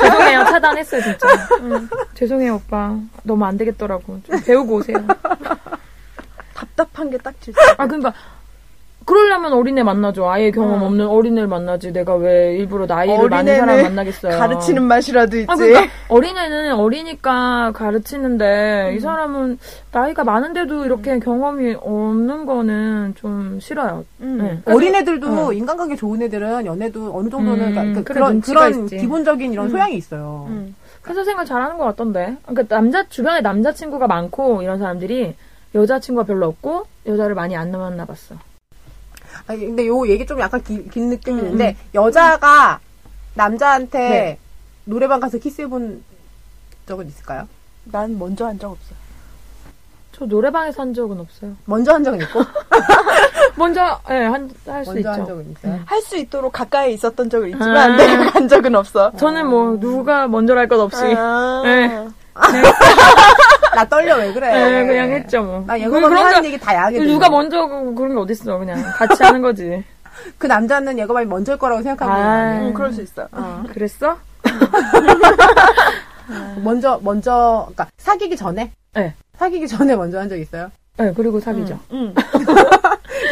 S1: 죄송해요 차단했어요
S3: (laughs)
S1: 진짜. 음, 죄송해요 오빠 너무 안 되겠더라고 좀 배우고 오세요.
S3: 답답한 게 딱 질.
S1: 아 그러니까 그러려면 어린애 만나죠. 아예 경험 없는 어린애를 만나지. 내가 왜 일부러 나이를 많은 사람
S3: 음. 어린애는
S1: 만나겠어요.
S3: 가르치는 맛이라도 있지.
S1: 아, 그러니까 어린애는 어리니까 가르치는데
S2: 음.
S1: 이 사람은 나이가 많은데도 이렇게 경험이 없는 거는 좀 싫어요.
S3: 음.
S1: 네.
S2: 어린애들도 인간관계 좋은 애들은 연애도 어느 정도는
S1: 음,
S2: 그러니까
S1: 그래,
S2: 그런
S1: 눈치가
S2: 그런
S1: 있지.
S2: 기본적인 이런 소양이 있어요.
S3: 음.
S1: 회사 생활 잘하는 것 같던데. 그러니까 남자 주변에 남자 친구가 많고 이런 사람들이 여자 친구가 별로 없고 여자를 많이 안 만나봤어.
S2: 아니, 근데 요 얘기 좀 약간 기- 긴 느낌이 있는데 여자가 남자한테
S1: 음, 네.
S2: 노래방 가서 키스해본 적은 있을까요?
S3: 난 먼저 한 적 없어.
S1: 저 노래방에서 한 적은
S2: (laughs)
S1: 없어요.
S2: 먼저 한 적은 있고
S1: 먼저 예한할 수
S2: 먼저 한
S1: 있죠.
S2: 적은 있어요.
S3: 할 수 있도록 가까이 있었던 적은 있지만
S1: 아.
S3: 내가 간 적은 없어.
S1: 저는 뭐 누가 먼저랄 것 없이
S3: 아.
S1: 네.
S2: 나 떨려 왜 그래?
S1: 예, 그냥 했죠 뭐. 그-
S2: 나 아, 예고밤에 하는 얘기 다 야하게
S1: 누가
S2: 들려.
S1: 먼저 그- 그런 게 어딨어 그냥 같이 하는
S2: (laughs)
S1: 거지.
S2: 그 남자는 예고밤이 먼저일 거라고 생각하고 있는 거 아니에요?
S1: 아.
S3: 음, 그럴 수 있어.
S1: (laughs) 그랬어?
S2: 먼저 먼저 그러니까 사귀기 전에
S1: 아. 네.
S2: 사귀기 전에 먼저 한 적 있어요?
S1: 네, 그리고 사귀죠.
S3: 음.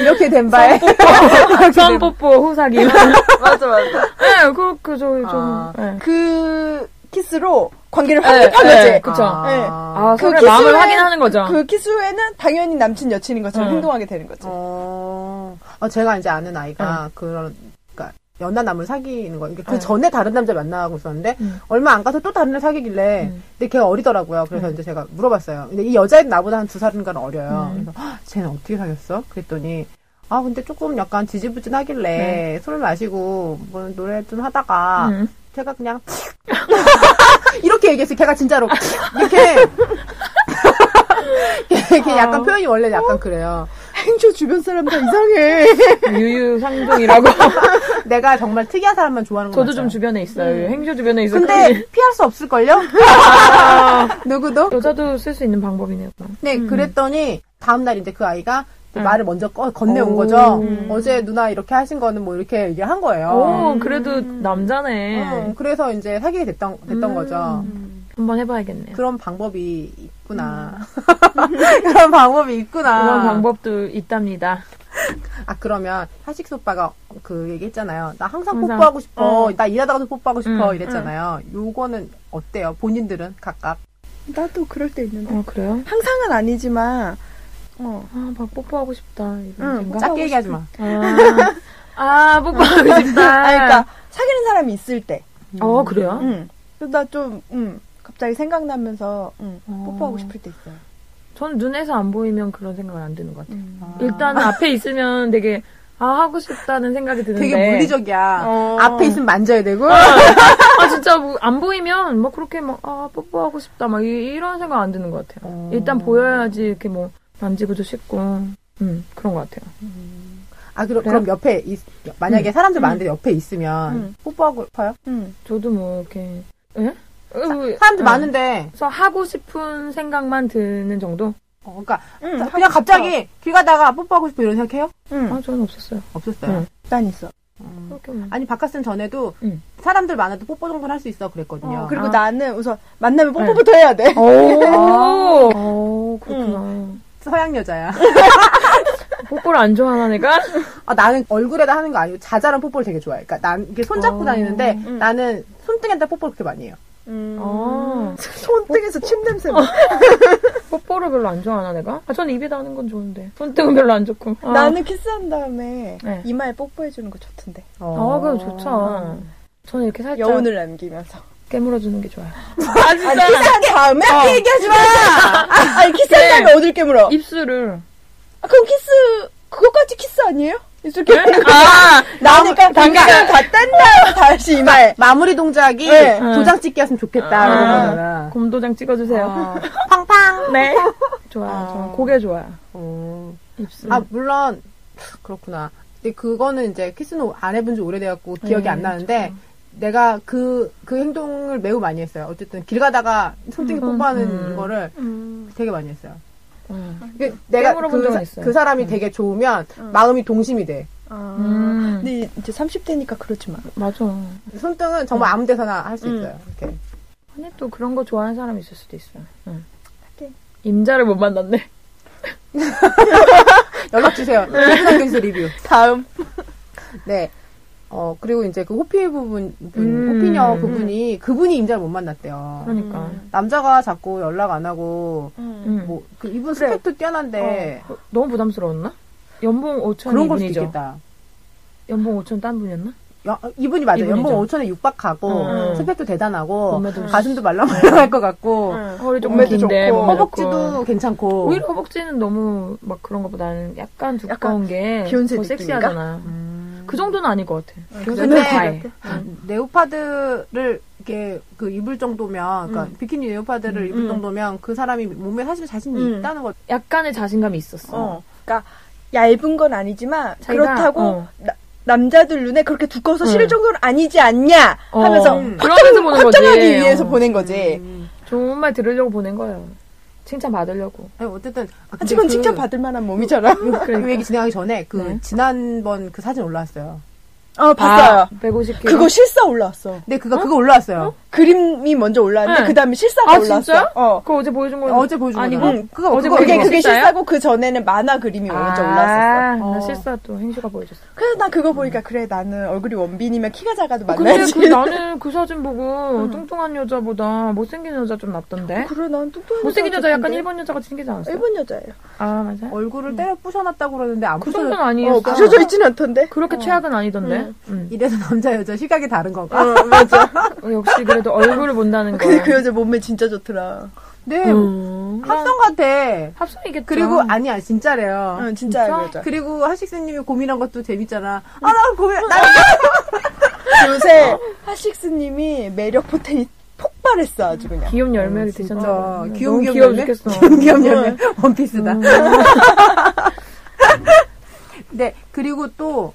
S2: 이렇게 된 바에
S1: (laughs) 처음 뽀뽀 후 (laughs) 사귀.
S3: 맞아 맞아.
S1: 네, 그, 그, 저, 좀.
S2: 아.
S1: 네.
S3: 그 키스로 관계를
S1: 네,
S3: 확립한
S1: 네, 어.
S3: 거지.
S1: 그쵸.
S2: 아.
S1: 아,
S3: 그
S1: 서로의
S3: 키스를-
S1: 마음을 확인하는 거죠.
S3: 그 키스 후에는 당연히 남친 여친인 것처럼
S1: 음.
S3: 행동하게 되는 거지.
S2: 어, 어, 제가 이제 아는 아이가
S1: 네.
S2: 그런, 그니까, 연하 남을 사귀는 거예요. 그러니까 그 전에 다른 남자 만나고 있었는데,
S1: 음. 얼마
S2: 얼마 안 가서 또 다른 애 사귀길래,
S1: 음.
S2: 근데 걔가 어리더라고요. 그래서
S3: 음.
S2: 이제 제가 물어봤어요. 근데 이 여자애는 나보다 한 두 살인가는 어려요.
S1: 음.
S2: 그래서, "헉, 쟤는 어떻게 사귀었어? 그랬더니, 아, 근데 조금 약간 지지부진 하길래,
S1: 네.
S2: 술 마시고, 뭐, 노래 좀 하다가,
S1: 음.
S2: 제가 그냥, (laughs) 이렇게 얘기했어요. 걔가 진짜로, 이렇게. (laughs) 걔, 걔 약간 표현이 원래 약간 그래요.
S3: 어. 행주 주변 사람 다 이상해.
S1: 그 (laughs) 유유상종이라고.
S2: (laughs) 내가 정말 특이한 사람만 좋아하는 거
S1: 저도
S2: 맞아요.
S1: 좀 주변에 있어요. 행주 주변에 있어요.
S2: 근데 피할 수 없을걸요?
S1: 아.
S2: 누구도?
S1: (laughs) 여자도 쓸 수 있는 방법이네요. 그럼.
S2: 네, 그랬더니 다음날 이제 그 아이가 이제 말을 먼저 꺼- 건네온
S1: 오. 음.
S2: 거죠. 어제 누나 이렇게 하신 거는 뭐 이렇게 얘기를 한
S1: 아.
S2: 거예요.
S1: 오, 그래도 남자네. 음.
S2: 음, 그래서 이제 사귀게 됐던, 됐던 거죠.
S1: 한번 해봐야겠네요.
S2: 그런 방법이 있구나. (laughs) 그런 방법이 있구나.
S1: 음. 그런 방법도 있답니다.
S2: 아, 그러면 하식스 오빠가 그 얘기했잖아요. 나 항상,
S1: 항상.
S2: 뽀뽀하고 싶어.
S3: 어.
S2: 나 일하다가도 뽀뽀하고 싶어.
S1: 음,
S2: 이랬잖아요. 요거는 어때요? 본인들은 각각.
S3: 나도 그럴 때 있는데.
S1: 어, 그래요?
S3: 항상은 아니지만, 어.
S1: 아, 막 뽀뽀하고 싶다.
S3: 응,
S1: 이런 생각?
S2: 짧게 얘기하지 마.
S1: 아, 아, 뽀뽀하고 싶다.
S3: 아, 그러니까 사귀는 사람이 있을 때.
S1: 어, 그래요?
S3: 응. 나 좀, 응. 갑자기 생각나면서, 응.
S1: 어.
S3: 뽀뽀하고 싶을 때 있어요.
S1: 전 눈에서 안 보이면 그런 생각은 안 드는 것 같아요. 일단 앞에 있으면 되게 아 하고 싶다는 생각이 드는데
S2: 되게 물리적이야.
S3: 어.
S2: 앞에 있으면 만져야 되고.
S1: 아 진짜 뭐 안 보이면 막 그렇게 막 아 뽀뽀하고 싶다 막 이, 런 생각 안 드는 것 같아요.
S2: 어.
S1: 일단 보여야지 이렇게 뭐 만지고도 싶고 음 그런 것 같아요.
S2: 아, 그럼,
S1: 그래요? 음.
S2: 그럼 옆에, 있- 만약에 사람들 많은데 옆에 있으면
S3: 음.
S2: 뽀뽀하고 싶어요?
S3: 응.
S1: 저도 뭐 이렇게 예?
S2: 사람들
S1: 어.
S2: 많은데,
S1: 그래서 하고 싶은 생각만 드는 정도?
S2: 어, 그러니까,
S1: 음.
S3: 응.
S2: 자-
S3: 하고
S2: 그냥
S3: 싶어.
S2: 갑자기 길 가다가 뽀뽀하고 싶어 이런 생각해요?
S3: 응.
S1: 아 저는 없었어요.
S2: 없었어요.
S1: 음.
S3: 난 있어.
S1: 그렇게 뭐.
S2: 아니, 바깥은 전에도
S1: 음.
S2: 사람들 많아도 뽀뽀 정도는 할 수 있어 그랬거든요.
S3: 어, 그리고
S1: 아.
S3: 나는 우선 만나면 뽀뽀부터 해야 돼.
S2: 어.
S1: 오, 오, 아, 그렇구나.
S2: 서양 여자야. (laughs)
S1: 뽀뽀를 안 좋아하나 내가?
S2: 아, 나는 얼굴에다 하는 거 아니고 자잘한 뽀뽀를 되게 좋아해. 그러니까 난 이게 손잡고
S1: 어.
S2: 다니는데
S3: 음.
S2: 나는 손등에다 뽀뽀를 그렇게 많이 해요.
S3: 음.
S1: 어.
S3: (laughs) 손등에서 침 냄새 맡
S1: 뽀뽀를 별로 안 좋아하나 내가? 아, 전 입에다 하는 건 좋은데 손등은 별로 안 좋고. 아.
S3: 나는 키스한 다음에
S1: 네.
S3: 이마에 뽀뽀해주는 거 좋던데.
S2: 어,
S1: 아, 그럼 좋죠. 저는 이렇게 살짝
S3: 여운을 남기면서.
S1: 깨물어주는 게 좋아요.
S3: 아, 니 키스한 다음에?
S1: 어.
S3: 그 얘기하지 마! 아니, 키스한 다음에 어딜 깨물어?
S1: 입술을.
S3: 아, 그럼 키스, 그거까지 키스 아니에요? 이렇게
S1: 네? 아,
S3: 나니까 당장 다 뗀 다음에 다시 이마에.
S2: 그러니까 마무리 동작이
S3: 네.
S2: 도장 찍기 했으면 좋겠다.
S1: 아.
S2: 이런 거잖아.
S1: 곰도장 찍어주세요. (laughs)
S2: 어, 팡팡.
S1: 네. 좋아요. 저는 고개 좋아요.
S2: 어.
S1: 입술.
S2: 아, 물론, 그렇구나. 근데 그거는 이제 키스는 안 해본 지 오래돼갖고 기억이
S1: 네,
S2: 안 나는데, 내가 그, 그 행동을 매우 많이 했어요. 어쨌든 길 가다가 손등에
S1: 음,
S2: 뽀뽀하는
S1: 음.
S2: 거를
S3: 음.
S2: 되게 많이 했어요.
S1: 음.
S2: 그 내가
S1: 깨물어본
S2: 그,
S1: 적은
S2: 사-
S1: 있어요.
S2: 그 사람이 되게 좋으면
S3: 음.
S2: 마음이 동심이 돼.
S3: 아.
S1: 음.
S3: 근데 이제 30대니까 그러지 마.
S1: 맞아.
S2: 손등은 정말 아무 데서나 할 수
S3: 음.
S2: 있어요. 이렇게.
S1: 근데 또 그런 거 좋아하는 사람이 있을 수도 있어요. 응.
S3: 하긴.
S1: 임자를 못 만났네.
S2: 연락 주세요.
S1: 네.
S2: 대중학교에서
S1: (laughs)
S2: 리뷰.
S3: 다음.
S2: 네. 어 그리고 이제 그 호피 부분, 분,
S1: 음.
S2: 호피녀 그분이 그분이 임자를 못 만났대요.
S1: 그러니까.
S3: 음.
S2: 남자가 자꾸 연락 안 하고
S3: 음.
S1: 음.
S2: 뭐 그 이분 스펙도 뛰어난데
S1: 어, 너무 부담스러웠나? 연봉 5천
S2: 그런 걸 수도
S1: 이분이죠.
S2: 있겠다.
S1: 연봉 5천 딴 분이었나?
S2: 여- 이분이 맞아요.
S1: 이분이죠.
S2: 연봉 5천에 육박하고
S1: 음.
S2: 스펙도 대단하고
S1: 몸매도
S2: 가슴도 말랑말랑할 것 같고
S1: 허리 조금
S3: 몸매도
S1: 긴데
S3: 좋고.
S1: 몸
S2: 허벅지도 괜찮고
S1: 오히려 허벅지는 너무 막 그런 것보다는 약간 두꺼운 게
S3: 비욘세
S1: 더
S3: 느낌인가?
S1: 섹시하잖아.
S2: 음.
S1: 그 정도는 아닌 것 같아.
S2: 근데
S1: 그래도 과해.
S2: 네오파드를 이렇게 그 입을 정도면 그러니까
S1: 음.
S2: 비키니 네오파드를 입을
S3: 음.
S2: 정도면 그 사람이 몸에 사실 자신이
S3: 음.
S2: 있다는 거
S1: 약간의 자신감이 있었어.
S3: 어. 그러니까 얇은 건 아니지만
S1: 자기가,
S3: 그렇다고
S1: 어.
S3: 나- 남자들 눈에 그렇게 두꺼워서
S1: 응.
S3: 실을 정도는 아니지 않냐 하면서
S1: 어.
S3: 확
S1: 그러면서 보는 거지.
S3: 확정하기 위해서
S1: 어.
S3: 보낸 거지.
S2: 음.
S1: 좋은 말 들으려고 보낸 거예요. 칭찬 받으려고.
S2: 아니, 어쨌든 아, 근데
S3: 하지만
S2: 그-
S3: 칭찬 받을 만한 몸이잖아.
S2: 그 얘기 진행하기 전에 그
S1: 네.
S2: 지난번 그 사진 올라왔어요.
S1: 아,
S3: 어 봤어요.
S1: 150kg.
S3: 그거 실사 올라왔어.
S2: 근데 그거 그거 올라왔어요.
S3: 그림이 먼저 올라왔는데
S1: 응.
S3: 그 다음에 실사가
S1: 아
S3: 올라왔어.
S1: 진짜?
S3: 어.
S1: 그거 어제 보여준 거
S2: 어제 보여준
S1: 아니고
S2: 거잖아. 그거
S1: 어제
S2: 그거
S3: 그게
S1: 보여준
S3: 그게
S1: 거 아. 실사야?
S3: 실사고 그 전에는 만화 그림이 먼저 올라왔었어.
S1: 나
S3: 어.
S1: 실사 또 행주가 보여줬어.
S3: 그래서 난 그거 보니까 그래 나는 얼굴이 원빈이면 키가 작아도
S1: 근데
S3: 만나야지.
S1: 그 나는 그 사진 보고 뚱뚱한 여자보다 못생긴 여자 좀 낫던데.
S3: 아, 그래 난 뚱뚱한
S1: 못생긴 여자 약간
S3: 같은데.
S1: 일본 여자 같이 생기지 않았어?
S3: 일본 어, 여자예요.
S1: 아 맞아. 요
S2: 얼굴을 때려 부셔놨다고 그러는데 안
S1: 그
S2: 부셔.
S1: 정도는 아니에요.
S3: 어 부셔져 있진 않던데.
S1: 그렇게 최악은 아니던데.
S3: 응.
S1: 음.
S2: 이래서 (laughs) 남자 여자 시각이 다른 건가?
S3: 어 맞아.
S1: 어, 역시 그래도 얼굴을 본다는 거.
S3: 근데 그 여자 몸매 진짜 좋더라.
S2: 네
S1: 음.
S2: 합성 같아.
S1: 합성이겠죠.
S2: 그리고 아니야 진짜래요.
S3: 응
S1: 어?
S3: 진짜
S1: 진짜?
S3: 그 여자.
S2: 그리고 하식스님이 고민한 것도 재밌잖아. 아 나 고민
S1: 어.
S2: 나
S3: 요새 하식스님이 매력 포텐이 폭발했어 아주 그냥.
S1: 귀염 열매를
S2: 진짜
S1: 드셨나?
S2: 귀여운
S1: 너무
S2: 귀염
S1: 귀여워
S2: 열매?
S1: 죽겠어. 음.
S2: 기억력은 원피스다. (laughs) 네, 그리고 또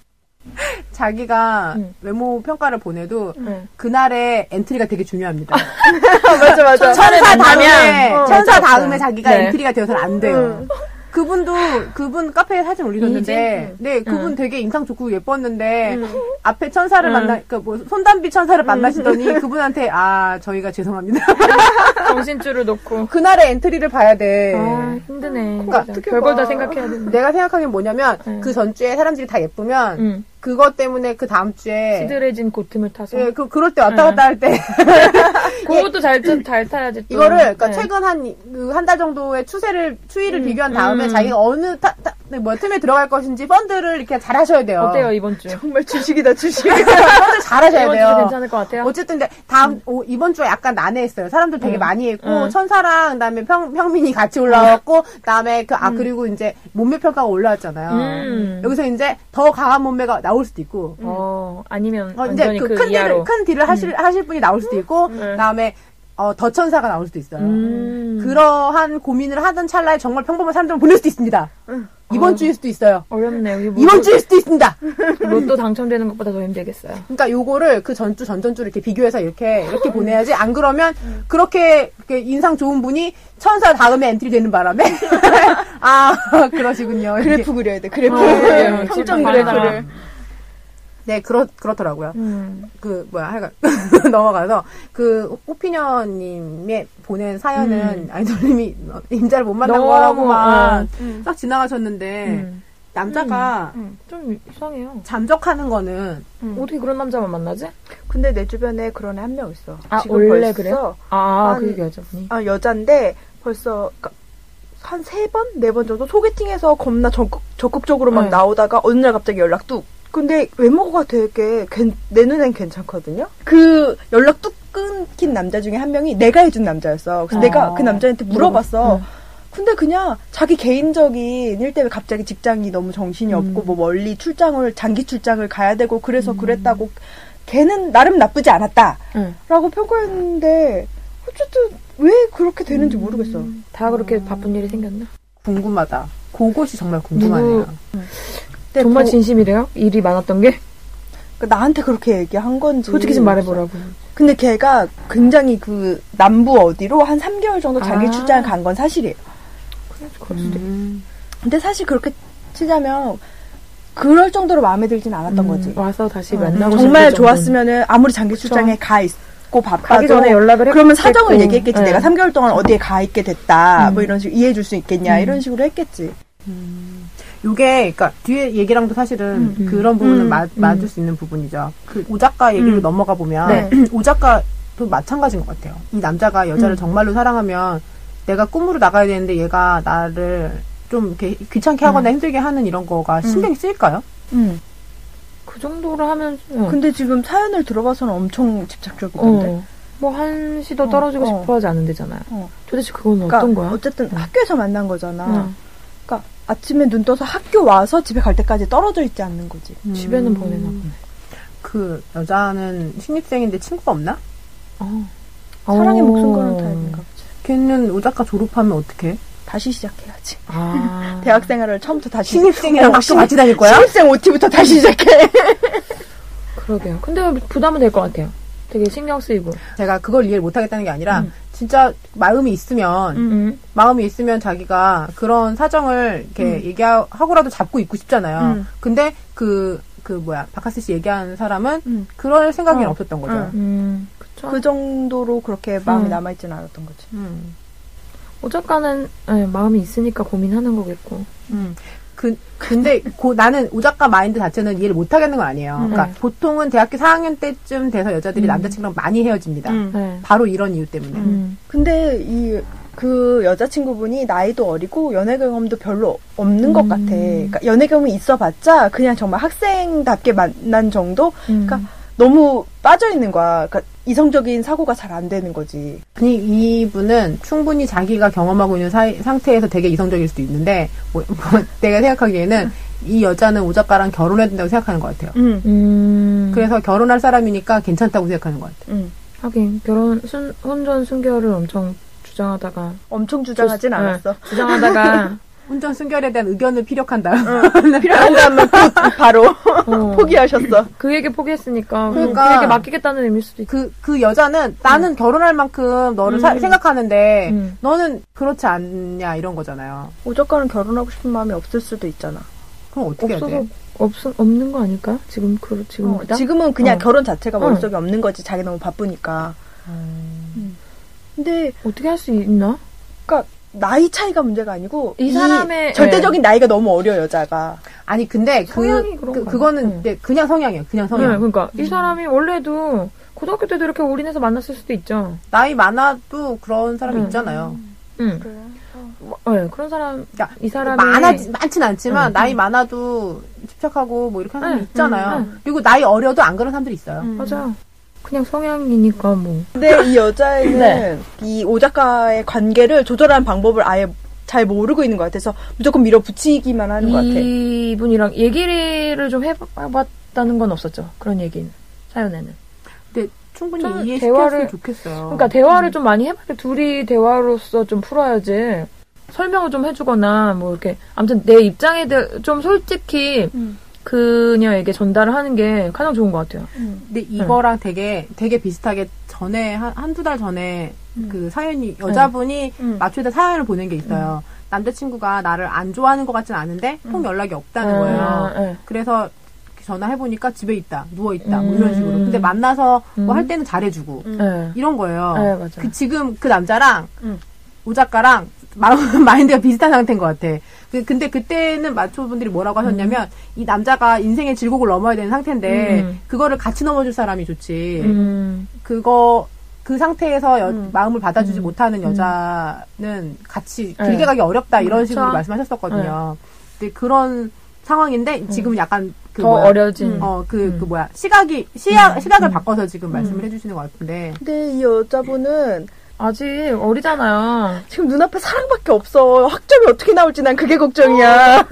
S2: (laughs) 자기가
S1: 음.
S2: 외모 평가를 보내도
S1: 네.
S2: 그날의 엔트리가 되게 중요합니다.
S3: 맞아
S1: 그러니까
S3: 맞아.
S2: 천사 다음에
S1: 어, 맞아,
S2: 천사 다음에
S1: 맞아.
S2: 자기가
S1: 네.
S2: 엔트리가 되어서는 안 돼요.
S3: 음.
S2: 그분도 그분 카페에 사진 올리셨는데
S1: 이진?
S2: 네 그분
S1: 음.
S2: 되게 인상 좋고 예뻤는데
S3: 음.
S2: 앞에 천사를
S1: 음.
S2: 만나 그러니까 뭐 손담비
S1: (laughs)
S2: 천사를 만나시더니 그분한테 아 저희가 죄송합니다 (laughs)
S1: 정신줄을 놓고.
S2: 그날의 엔트리를 봐야 돼
S1: 아 힘드네.
S2: 그러니까
S1: 진짜.
S3: 어떻게
S1: 별걸 다
S3: 봐.
S1: 생각해야 되는데.
S2: 내가 생각하기엔 뭐냐면
S1: 음.
S2: 그 전주에 사람들이 다 예쁘면
S1: 음.
S2: 그것 때문에 그 다음 주에
S1: 시들해진 음. 고틈을 타서.
S2: 예, 그, 그럴 때 왔다 갔다 할 때
S1: 그것도 잘, 타- 잘 타야지. 또.
S2: 이거를 그러니까
S1: 네.
S2: 최근 한그 한 달 정도의 추세를 추이를 비교한 다음에
S1: 음.
S2: 자기가 어느 타, 타, 네, 뭐 틈에 들어갈 것인지 펀드를 이렇게 잘 하셔야 돼요.
S1: 어때요 이번 주?
S3: 정말 주식이다 주식.
S2: (laughs)
S1: 아,
S2: 펀드 잘 하셔야
S1: 이번 주
S2: 돼요.
S1: 괜찮을 것 같아요.
S2: 어쨌든 근데 다음 오, 이번 주에 약간 난해했어요. 사람들 되게
S1: 음.
S2: 많이 했고
S1: 음.
S2: 천사랑 그다음에 평, 평민이 같이 올라왔고 그다음에 그 아 그리고 이제 몸매 평가가 올라왔잖아요.
S1: 음.
S2: 여기서 이제 더 강한 몸매가 나올 수도 있고
S1: 어 아니면
S2: 어, 이제
S1: 완전히
S2: 그
S1: 그,
S2: 큰 딜을
S1: 이하로. 음.
S2: 큰 딜을 하실 하실 분이 나올 수도 있고 그다음에 어, 더 천사가 나올 수도 있어요.
S1: 음.
S2: 그러한 고민을 하던 찰나에 정말 평범한 사람들을 보낼 수도 있습니다. 이번
S1: 어.
S2: 주일 수도 있어요.
S1: 어렵네요. 이거
S2: 이번
S1: 로또-
S2: 주일 수도 있습니다.
S1: 로또 당첨되는 것보다 더 힘들겠어요.
S2: 그러니까 요거를 그 전주 전전주를 이렇게 비교해서 이렇게 이렇게 보내야지 안 그러면 그렇게, 이렇게 인상 좋은 분이 천사 다음에 엔트리 되는 바람에 (laughs) 아 그러시군요. 이렇게.
S3: 그래프 그려야 돼 그래프.
S1: 어, 진짜
S3: 평점 그래프를.
S2: 네 그렇 그렇더라고요.
S1: 음.
S2: 그 뭐야 하여간 (laughs) 넘어가서 그 호피녀님의 보낸 사연은 아이돌님이 어, 임자를 못 만난
S1: 음. 너무,
S2: 거라고만
S1: 어,
S3: 음.
S2: 싹 지나가셨는데
S3: 네.
S1: 음.
S2: 남자가
S1: 좀 이상해요.
S2: 잠적하는 거는
S3: 음.
S1: 어떻게 그런 남자만 만나지?
S3: 근데 내 주변에 그런 애 한 명 있어.
S1: 아
S3: 지금
S1: 원래
S3: 벌써
S1: 그래요? 아,
S3: 한-
S1: 그 여자분이.
S3: 아, 여잔데 벌써 그러니까 한 세 번, 네 번 정도 소개팅에서 겁나 적극, 적극적으로 막
S1: 네.
S3: 나오다가 어느 날 갑자기 연락 뚝. 근데 외모가 되게 괜- 내 눈엔 괜찮거든요. 그 연락 뚝 끊긴 남자 중에 한 명이 내가 해준 남자였어. 그래서
S1: 어.
S3: 내가 그 남자한테 물어봤어.
S1: 음.
S3: 근데 그냥 자기 개인적인 일 때문에 갑자기 직장이 너무 정신이 없고 뭐 멀리 출장을 장기 출장을 가야 되고 그래서 그랬다고 걔는 나름 나쁘지 않았다.
S1: 응.
S3: 라고 평가했는데 어쨌든 왜 그렇게 되는지
S4: 음.
S3: 모르겠어.
S4: 네,
S1: 다 그렇게 바쁜 일이 생겼나?
S2: 궁금하다. 그것이 정말 궁금하네요.
S1: 정말 진심이래요? 일이 많았던 게?
S3: 그 나한테 그렇게 얘기한 건지.
S4: 솔직히 좀 말해보라고.
S3: 근데 걔가 굉장히 그 남부 어디로 한 3개월 정도 자기
S1: 아.
S3: 출장 간 건 사실이에요.
S2: 음,
S3: 근데 사실 그렇게 치자면 그럴 정도로 마음에 들진 않았던 거지.
S4: 와서 다시
S1: 음,
S4: 만나고 싶을
S3: 정말
S4: 어. 정도는.
S3: 좋았으면은 아무리 장기 출장에 가 있고 바빠도
S4: 가기 전에 연락을 했
S3: 그러면 사정을
S4: 했고.
S3: 얘기했겠지.
S4: 네. 음.
S3: 내가 3개월 동안 어디에 가 있게 됐다. 뭐 이런 식으로 이해해 줄 수 있겠냐. 이런 식으로 했겠지.
S2: 음. 요게 그러니까 뒤에 얘기랑도 사실은 그런 부분은
S3: 음.
S2: 맞, 맞을 수 있는 부분이죠. 그 오작가 얘기로
S4: 음.
S2: 넘어가 보면
S3: 네.
S2: (clears throat) 오작가도 마찬가지인 것 같아요. 이 남자가
S1: 음.
S2: 여자를 정말로 사랑하면 내가 꿈으로 나가야 되는데 얘가 나를 좀 이렇게 귀찮게 하거나
S1: 음.
S2: 힘들게 하는 이런 거가 신경이 쓰일까요?
S4: 음.
S1: 그 정도로 하면
S3: 근데 지금 사연을 들어봐서는 엄청 집착적이던데.
S1: 어. 뭐 한시도 떨어지고
S3: 어.
S1: 싶어 하지 않는 데잖아요.
S3: 어.
S1: 도대체 그건
S3: 그러니까
S1: 어떤 어. 거야?
S3: 어쨌든 학교에서 만난 거잖아. 그러니까 아침에 눈 떠서 학교 와서 집에 갈 때까지 떨어져 있지 않는 거지.
S1: 응. 음. 집에는 보내나 보네.
S2: 그 여자는 신입생인데 친구가 없나?
S1: 어.
S3: 사랑의
S1: 어.
S3: 목숨 거는 타입인가 보지.
S2: 걔는 오작가 졸업하면 어떻게?
S3: 다시 시작해야지.
S1: 아.
S3: (laughs) 대학 생활을 처음부터 다시.
S2: 신입생이랑
S3: 어,
S2: 학교
S3: 신입-
S2: 같이 다닐 거야?
S3: 신입생 OT부터 다시 시작해.
S1: 그러게요. 근데 부담은 될 것 같아요. 되게 신경 쓰이고.
S2: 제가 그걸 이해를 못하겠다는 게 아니라 진짜 음. 마음이 있으면
S1: 음.
S2: 마음이 있으면 자기가 그런 사정을 이렇게 얘기하고라도 잡고 있고 싶잖아요.
S3: 음.
S2: 근데 그, 그 뭐야, 박하스 씨 얘기하는 사람은
S3: 음.
S2: 그럴 생각이
S3: 어.
S2: 없었던 거죠.
S3: 음.
S1: 음. 그쵸.
S3: 그 정도로 그렇게 마음이
S1: 음.
S3: 남아있지는 않았던 거지.
S2: 음.
S1: 오작가는 예, 마음이 있으니까 고민하는 거겠고.
S2: 음. 그, 근데 고- 나는 오작가 마인드 자체는 이해를 못하겠는 건 아니에요. 그러니까
S1: 네.
S2: 보통은 대학교 4학년 때쯤 돼서 여자들이 남자친구랑 많이 헤어집니다.
S1: 네.
S2: 바로 이런 이유 때문에.
S1: 음.
S3: 근데 이 그 여자친구분이 나이도 어리고 연애 경험도 별로 없는 것
S1: 음.
S3: 같아. 그러니까 연애 경험이 있어봤자 그냥 정말 학생답게 만난 정도.
S1: 음.
S3: 그러니까 너무 빠져 있는 거야. 그러니까 이성적인 사고가 잘 안 되는 거지.
S2: 아니 그 이분은 충분히 자기가 경험하고 있는 사이- 상태에서 되게 이성적일 수도 있는데 뭐- (laughs) 뭐 내가 생각하기에는 이 여자는 오작가랑 결혼해야 된다고 생각하는 것 같아요.
S3: 음,
S1: 음.
S2: 그래서 결혼할 사람이니까 괜찮다고 생각하는 것 같아요.
S3: 음.
S1: 하긴 결혼 순, 혼전 순결을 엄청 주장하다가
S3: 엄청 주장하진
S1: 조-
S3: 않았어.
S1: 네, 주장하다가
S2: 운전 순결에 대한 의견을 피력한 다음 (laughs)
S3: 필요하다면 곧 (laughs) 바로
S1: 어,
S3: 포기하셨어.
S1: 그에게 포기했으니까
S2: 그러니까.
S1: 그에게 맡기겠다는 의미일 수도 있고.
S2: 그, 그 여자는 나는 결혼할 만큼 너를 사- 생각하는데
S1: 음.
S2: 너는 그렇지 않냐 이런 거잖아요.
S3: 오적과는 결혼하고 싶은 마음이 없을 수도 있잖아.
S2: 그럼 어떻게 해야
S1: 없어서
S2: 돼?
S1: 없 없는 거 아닐까? 지금 그 지금
S3: 어, 지금은 그냥
S1: 어.
S3: 결혼 자체가
S1: 응.
S3: 머릿속에 없는 거지. 자기 너무 바쁘니까. 음. 근데
S1: 어떻게 할 수 있나?
S3: 그러니까 나이 차이가 네. 문제가 아니고
S1: 이 사람의-
S3: 절대적인 나이가 너무 어려 여자가.
S2: 아니 근데 그,
S1: 성향이 그런
S2: 그
S1: 거
S2: 그거는
S1: 아니야? 어.
S2: 이제 그냥 성향이에요. 그냥
S1: 네,
S2: 성향.
S1: 그러니까 이 사람이 원래도 고등학교 때도 이렇게 올인해서 만났을 수도 있죠.
S2: 나이 많아도 그런 사람 이
S1: 음.
S2: 있잖아요.
S1: 응.
S3: 그래요?
S1: 뭐, 네, 그런 사람
S2: 그러니까
S1: 이 사람이
S2: 많아 많진 않지만
S1: 음.
S2: 나이 많아도 집착하고 뭐 이렇게 하는 사람
S1: 음,
S2: 있잖아요.
S1: 음, 음.
S2: 그리고 나이 어려도 안 그런 사람들이 있어요.
S1: 맞아. 그냥 성향이니까 뭐.
S3: 근데 이 (laughs) 여자애는
S1: 네.
S3: 이 오작가의 관계를 조절하는 방법을 아예 잘 모르고 있는 것 같아서 무조건 밀어붙이기만 하는 것 같아.
S1: 이분이랑 얘기를 좀 해봤다는 건 없었죠. 그런 얘기는 사연에는.
S2: 어. 근데 충분히
S1: 좀
S2: 이해시켰으면
S1: 대화를-
S2: 좋겠어요.
S1: 그러니까 대화를 좀 많이 해봐야 돼. 둘이 대화로서 좀 풀어야지. 설명을 좀 해주거나 뭐 이렇게 아무튼 내 입장에 대해 좀 솔직히
S2: 음.
S1: 그녀에게 전달을 하는 게 가장 좋은 것 같아요.
S3: 음.
S2: 근데 이거랑 되게 되게 비슷하게 전에 한, 한두 달 전에 그 사연이 여자분이
S3: 음.
S2: 마초에다 사연을 보낸 게 있어요. 남자친구가 나를 안 좋아하는 것 같진 않은데 통 연락이 없다는 거예요.
S1: 아, 네.
S2: 그래서 전화해 보니까 집에 있다, 누워 있다, 뭐
S1: 음.
S2: 이런 식으로. 근데 만나서 뭐
S1: 음.
S2: 할 때는 잘해주고
S1: 네.
S2: 이런 거예요.
S1: 네, 맞아요.
S2: 음. 그 지금 그 남자랑
S3: 음.
S2: 오 작가랑 마음 (laughs) 마인드가 비슷한 상태인 것 같아. 그- 근데 그때는 마초분들이 뭐라고 하셨냐면 이 남자가 인생의 질곡을 넘어야 되는 상태인데
S1: 음.
S2: 그거를 같이 넘어줄 사람이 좋지.
S1: 음,
S2: 그거 그 상태에서 여-
S3: 음.
S2: 마음을 받아주지
S1: 음.
S2: 못하는
S1: 음.
S2: 여자는 같이
S1: 네.
S2: 길게 가기 어렵다 이런 식으로
S1: 그렇죠. 네.
S2: 말씀하셨었거든요. 근데 그런 상황인데 지금은 약간 그
S1: 더
S2: 뭐야?
S1: 어려진.
S2: 어, 그,
S1: 음.
S2: 그 뭐야. 시각이, 시야, 시각을
S1: 음.
S2: 바꿔서 지금 말씀을 해주시는 것 같은데.
S3: 근데 이 여자분은
S1: 아직 어리잖아요.
S3: 지금 눈앞에 사랑밖에 없어. 학점이 어떻게 나올지 난 그게 걱정이야.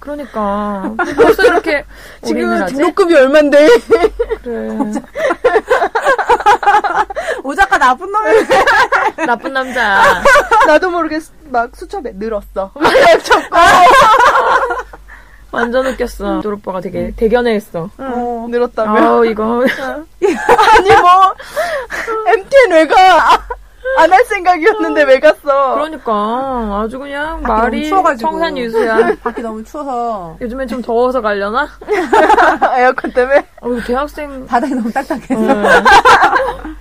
S1: 그러니까 벌써 이렇게 올인을
S3: 지금
S1: 하지?
S3: 등록금이 얼만데.
S1: 그래.
S2: 오작가 나쁜 놈이네.
S1: 나쁜 남자야.
S3: (laughs) 나도 모르게 수- 막 수첩에 늘었어.
S1: 완전 웃겼어. 도로빠가 되게 대견해했어.
S3: 어.
S2: 어.
S3: 늘었다며.
S1: 어, 이거.
S3: 아니 뭐 (laughs) MTN 왜가 안 할 생각이었는데 왜 갔어?
S1: 그러니까 아주 그냥
S2: 밖에 너무
S1: 말이
S2: 추워가지고.
S1: 청산유수야.
S2: (laughs) 밖이 너무 추워서
S1: 요즘엔 좀 더워서 가려나?
S3: 아, 에어컨 때문에.
S1: 어, 이거
S2: (laughs)
S1: 대학생.
S2: 바닥이 너무 딱딱해서
S1: 어. 음.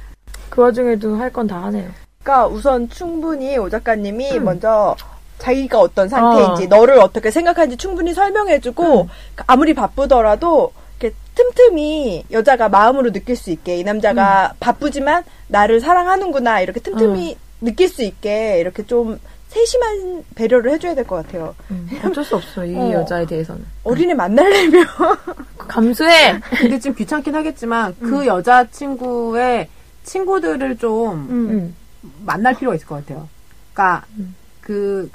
S1: 그 와중에도 할 건 다 하네요.
S3: 그러니까 우선 충분히 오 작가님이
S1: 음.
S3: 먼저 자기가 어떤 음. 상태인지
S1: 어.
S3: 너를 어떻게 생각하는지 충분히 설명해주고 그 아무리 바쁘더라도 이렇게 틈틈이 여자가 마음으로 느낄 수 있게 이 남자가 바쁘지만 나를 사랑하는구나 이렇게 틈틈이 느낄 수 있게 이렇게 좀 세심한 배려를 해줘야 될 것 같아요.
S1: 음, 어쩔 수 없어, 이
S3: 어.
S1: 여자에 대해서는.
S3: 어린애 만나려면
S1: 감수해!
S2: 근데 좀 귀찮긴 하겠지만 그 여자친구의 친구들을 좀
S1: 음.
S2: 만날 필요가 있을 것 같아요. 그러니까
S1: 음.
S2: 그,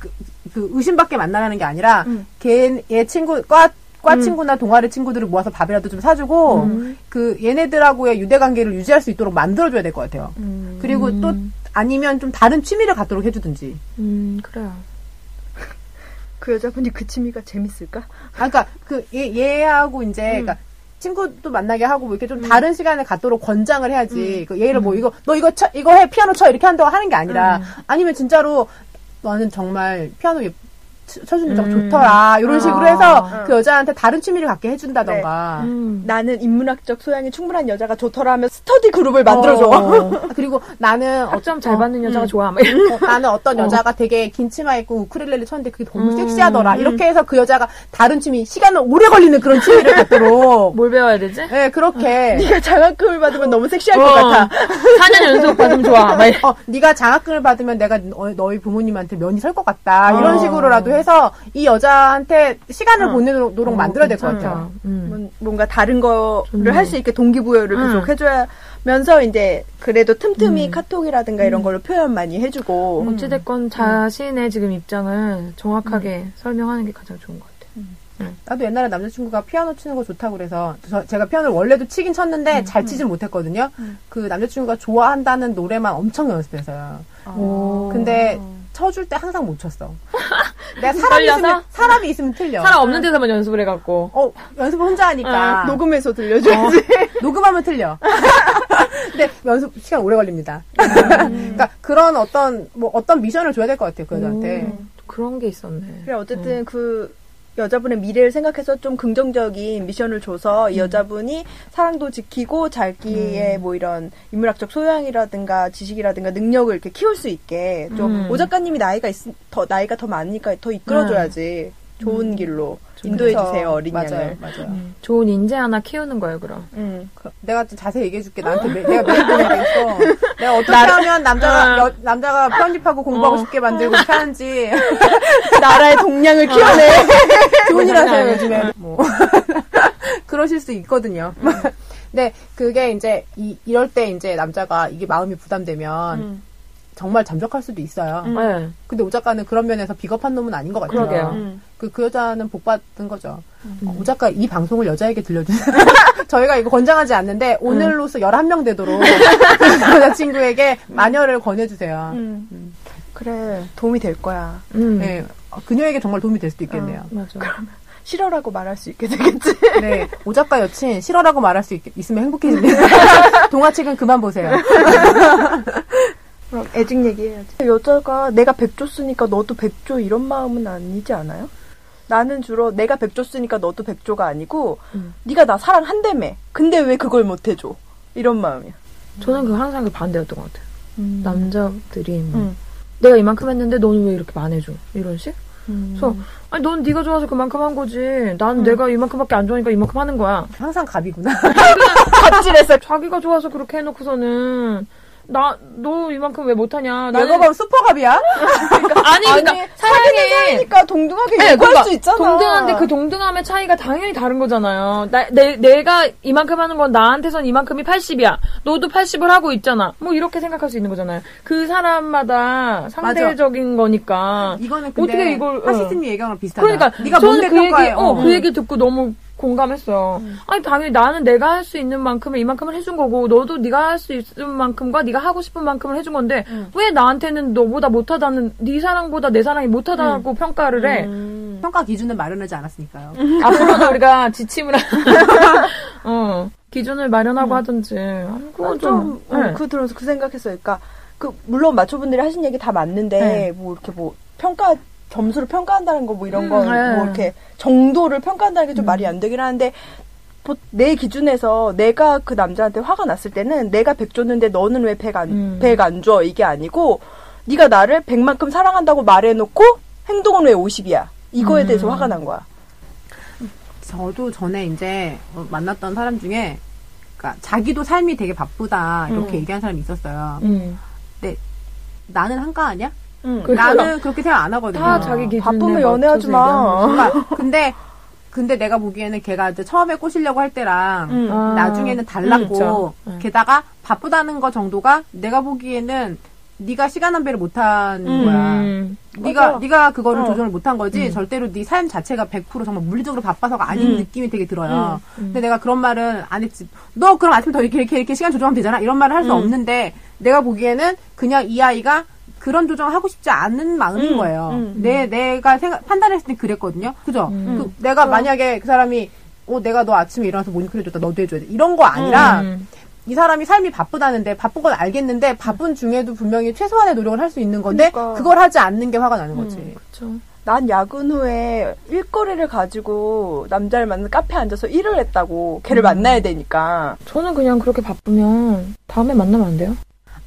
S2: 그, 그 의심밖에 만나라는 게 아니라
S3: 음.
S2: 걔의 친구 과, 과
S1: 음.
S2: 친구나 동아리 친구들을 모아서 밥이라도 좀 사주고
S1: 음.
S2: 그 얘네들하고의 유대 관계를 유지할 수 있도록 만들어줘야 될 것 같아요.
S1: 음.
S2: 그리고 또 아니면 좀 다른 취미를 갖도록 해주든지.
S1: 음, 그래요.
S3: (laughs) 그 여자분이 그 취미가 재밌을까?
S2: 아, 그러니까 그 얘, 얘하고 이제
S1: 음.
S2: 그러니까 친구도 만나게 하고 뭐 이렇게 좀 다른 시간을 갖도록 권장을
S1: 음.
S2: 해야지. 그 얘를 뭐 이거 너 이거 쳐 이거 해 피아노 쳐 이렇게 한다고 하는 게
S1: 음.
S2: 아니라 아니면 진짜로 너는 정말 피아노 예- 치- 쳐주는 적
S1: 음.
S2: 좋더라 이런 식으로
S1: 아.
S2: 해서 그 여자한테 다른 취미를 갖게 해준다던가.
S1: 음.
S3: 나는 인문학적 소양이 충분한 여자가 좋더라 하면 스터디 그룹을 만들어줘. (laughs)
S2: 어. (laughs) 그리고 나는
S1: 학점
S2: 어-
S1: 잘
S2: 어,
S1: 받는 여자가 좋아. 막 이런.
S2: 어, 나는 어떤 여자가 되게 긴 치마 입고 우크렐레를 쳤는데 그게 너무
S1: 음.
S2: 섹시하더라. 이렇게 해서 그 여자가 다른 취미, 시간을 오래 걸리는
S1: (laughs)
S2: 그런 취미를 갖도록.
S1: 뭘 배워야 되지?
S2: 예, 그렇게.
S3: 네가 장학금을 받으면 너무 섹시할 것
S1: 어.
S3: 같아.
S1: 4년 연속 받으면 좋아. 막 이런.
S2: 어, 네가 장학금을 받으면 내가 너, 너희 부모님한테 면이 설 것 같다. 이런
S1: 어.
S2: 식으로라도 해서 이 여자한테 시간을
S1: 어.
S2: 보내도록
S1: 어,
S2: 만들어야 될 것
S1: 괜찮다.
S2: 같아요.
S1: 음.
S3: 뭔- 뭔가
S1: 좋네.
S3: 다른 거를 할 수 있게 동기부여를
S1: 음.
S3: 계속 해줘야면서 이제 그래도
S2: 음.
S3: 틈틈이 카톡이라든가
S1: 음.
S3: 이런 걸로 표현 많이 해주고
S1: 어찌됐건 자신의 지금 입장을 정확하게
S2: 음.
S1: 설명하는 게 가장 좋은 것 같아요.
S2: 나도 옛날에 남자친구가 피아노 치는 거 좋다고 그래서 저- 제가 피아노를 원래도 치긴 쳤는데
S1: 음,
S2: 잘 치진 못했거든요. 그 남자친구가 좋아한다는 노래만 엄청 연습해서요.
S1: 오.
S2: 아. 근데
S1: 어.
S2: 쳐줄 때 항상
S1: (laughs)
S2: 못 쳤어. 내가 사람이
S1: 떨려서?
S2: 있으면, 사람이 있으면 틀려.
S1: 사람 없는 데서만 연습을 해갖고.
S2: 어, 연습을 혼자 하니까.
S3: 아. 녹음해서 들려줘야지.
S2: 녹음, 하면 (laughs) 틀려. 근데 네, 연습 시간 오래 걸립니다.
S3: 음.
S2: 그러니까 그런 어떤, 뭐 어떤 미션을 줘야 될 것 같아요, 그 여자한테.
S3: 음.
S1: 오, 음. 그런 게 있었네.
S3: 그래 어쨌든
S2: 음.
S3: 그 여자분의 미래를 생각해서 좀 긍정적인 미션을 줘서
S2: 음.
S3: 이 여자분이 사랑도 지키고 자기의 뭐 이런 인문학적 소양이라든가 지식이라든가 능력을 이렇게 키울 수 있게 좀
S1: 음.
S3: 오 작가님이 나이가 있, 더 나이가 더 많으니까 더 이끌어줘야지 좋은 길로 인도해
S2: 그래서-
S3: 주세요 어린
S2: 음. 맞아요,
S3: 양을.
S2: 맞아요.
S1: 음. 좋은 인재 하나 키우는 거예요, 그럼.
S3: 음.
S2: 그- 내가 좀 자세히 얘기해줄게. 나한테 매, 내가 매일 보내야 되겠어. 내가 어떻게 하면 남자가, 여- 남자가 편집하고 공부하고
S1: 어.
S2: 싶게 만들고 이렇게 하는지.
S3: (laughs)
S2: 어.
S3: 나라의 동량을 키워내.
S2: (laughs) 좋은 일 하세요,
S1: 장난
S2: 요즘에. 뭐. (laughs) 그러실 수 있거든요.
S3: 음.
S2: (laughs) 근데 그게 이제, 이, 이럴 때 이제 남자가 이게 마음이 부담되면 정말 잠적할 수도 있어요.
S1: 네.
S2: 근데 오 작가는 그런 면에서 비겁한 놈은 아닌 것 같아요.
S1: 그러게요.
S3: 음.
S2: 그, 그 여자는 복 받은 거죠.
S1: 음.
S2: 오 작가 이 방송을 여자에게 들려주세요. (laughs) 저희가 이거 권장하지 않는데 오늘로서 11명 되도록 (laughs) 그 여자친구에게 마녀를 권해주세요.
S3: 음. 그래 도움이 될 거야.
S1: 음.
S2: 네. 어, 그녀에게 정말 도움이 될 수도 있겠네요.
S1: 맞아.
S3: 싫어라고 말할 수 있게 되겠지. (laughs)
S1: 음.
S2: 네. 오 작가 여친 싫어라고 말할 수 있, 있으면
S1: (laughs)
S2: 행복해집니다. 동화책은 그만 보세요.
S3: 그럼 애증 얘기해야지. 여자가 내가 백조쓰니까 너도 백조 이런 마음은 아니지 않아요? 나는 주로 내가 백조쓰니까 너도 백조가 아니고
S1: 음.
S3: 네가 나 사랑한다며. 근데 왜 그걸 못해줘? 이런 마음이야.
S1: 저는 그 항상 그 반대였던 것 같아요. 남자들이 뭐
S3: 음.
S1: 내가 이만큼 했는데 너는 왜 이렇게 안 해줘? 이런 식?
S3: 음.
S1: 그래서 아니 넌 네가 좋아서 그만큼 한 거지. 난 내가 이만큼밖에 안 좋아하니까 이만큼 하는 거야.
S2: 항상 갑이구나.
S1: 아,
S3: 갑질했어.
S1: 자기가 좋아서 그렇게 해놓고서는 나 너 이만큼 왜 못하냐? 나는
S2: 내가 보면 슈퍼갑이야?
S1: 아니 그러니까
S3: 아니,
S1: 사랑해.
S3: 그러니까 동등하게
S1: 네,
S3: 요구할
S1: 그러니까
S3: 수 있잖아.
S1: 동등한데 그 동등함의 차이가 당연히 다른 거잖아요. 나, 내, 내가 이만큼 하는 건 나한테선 이만큼이 80이야. 너도 80을 하고 있잖아. 뭐 이렇게 생각할 수 있는 거잖아요. 그 사람마다 상대적인 거니까.
S2: 이거는 근데
S1: 어떻게 이걸,
S2: 하시스님 얘기랑 비슷하다.
S1: 그러니까
S2: 네가
S1: 저는
S2: 뭔데
S1: 그 얘기,
S2: 평가해. 음.
S1: 어, 그 얘기 듣고 너무 공감했어요. 아니 당연히 나는 내가 할 수 있는 만큼을 이만큼을 해준 거고 너도 네가 할 수 있는 만큼과 네가 하고 싶은 만큼을 해준 건데 왜 나한테는 너보다 못하다는 네 사랑보다 내 사랑이 못하다고 평가를 해?
S2: 평가 기준을 마련하지 않았으니까요.
S1: (laughs) 앞으로도 우리가 지침을 (laughs) 하- 어 기준을 마련하고 하든지 아, 그거
S3: 좀,
S1: 좀
S3: 어,
S1: 네.
S3: 그거 들으면서 그 생각했어요. 그러니까 그 물론 마초분들이 하신 얘기 다 맞는데
S1: 네.
S3: 뭐 이렇게 뭐 평가 점수를 평가한다는 거 뭐 이런
S1: 음,
S3: 거 뭐
S1: 네. 음.
S3: 이렇게 정도를 평가한다는 게 좀 말이 안 되긴 하는데 보- 내 기준에서 내가 그 남자한테 화가 났을 때는 내가 100 줬는데 너는 왜 100 안,
S1: 음.
S3: 100 안 줘? 이게 아니고 네가 나를 100만큼 사랑한다고 말해놓고 행동은 왜 50이야? 이거에
S1: 음.
S3: 대해서 화가 난 거야.
S2: 저도 전에 이제 어, 만났던 사람 중에 그러니까 자기도 삶이 되게 바쁘다 이렇게
S3: 음.
S2: 얘기한 사람이 있었어요.
S1: 음.
S2: 나는 한가 아니야?
S1: 그래요.
S2: 나는 그렇게 생각 안 하거든요.
S1: 그렇죠. 다 자기 기준에
S3: 바쁘면
S1: 맞춰서
S3: 연애하지 마.
S2: 그러니까 근데 근데 내가 보기에는 걔가 이제 처음에 꼬시려고 할 때랑
S3: 음.
S1: 아,
S2: 나중에는 달랐고
S1: 음, 진짜. 네.
S2: 게다가 바쁘다는 거 정도가 내가 보기에는 네가 시간 안배를 못한
S3: 음.
S2: 거야.
S1: 음.
S2: 네가
S3: 맞아.
S2: 네가 그거를
S3: 어.
S2: 조절을 못한 거지. 절대로 네 삶 자체가 100% 정말 물리적으로 바빠서가 아닌
S3: 음.
S2: 느낌이 되게 들어요.
S1: 음.
S2: 근데 내가 그런 말은 안 했지. 너 그럼 아침 더 이렇게 이렇게 이렇게 시간 조정하면 되잖아. 이런 말을 할 수
S3: 음.
S2: 없는데 내가 보기에는 그냥 이 아이가 그런 조정하고 싶지 않은 마음인
S3: 음,
S2: 거예요.
S3: 음.
S2: 내 내가 생각 판단했을 때 그랬거든요. 그죠?
S1: 음.
S2: 그 내가 만약에 그 사람이 어 내가 너 아침에 일어나서 모니터 해줬다. 너도 해줘야 돼. 이런 거 아니라
S1: 음.
S2: 이 사람이 삶이 바쁘다는데 바쁜 건 알겠는데 바쁜 중에도 분명히 최소한의 노력을 할 수 있는 건데
S3: 그러니까. 음.
S2: 그걸 하지 않는 게 화가 나는 거지.
S1: 그쵸.
S3: 난 야근 후에 일거리를 가지고 남자를 만난 카페에 앉아서 일을 했다고 걔를
S1: 음.
S3: 만나야 되니까
S1: 저는 그냥 그렇게 바쁘면 다음에 만나면 안 돼요?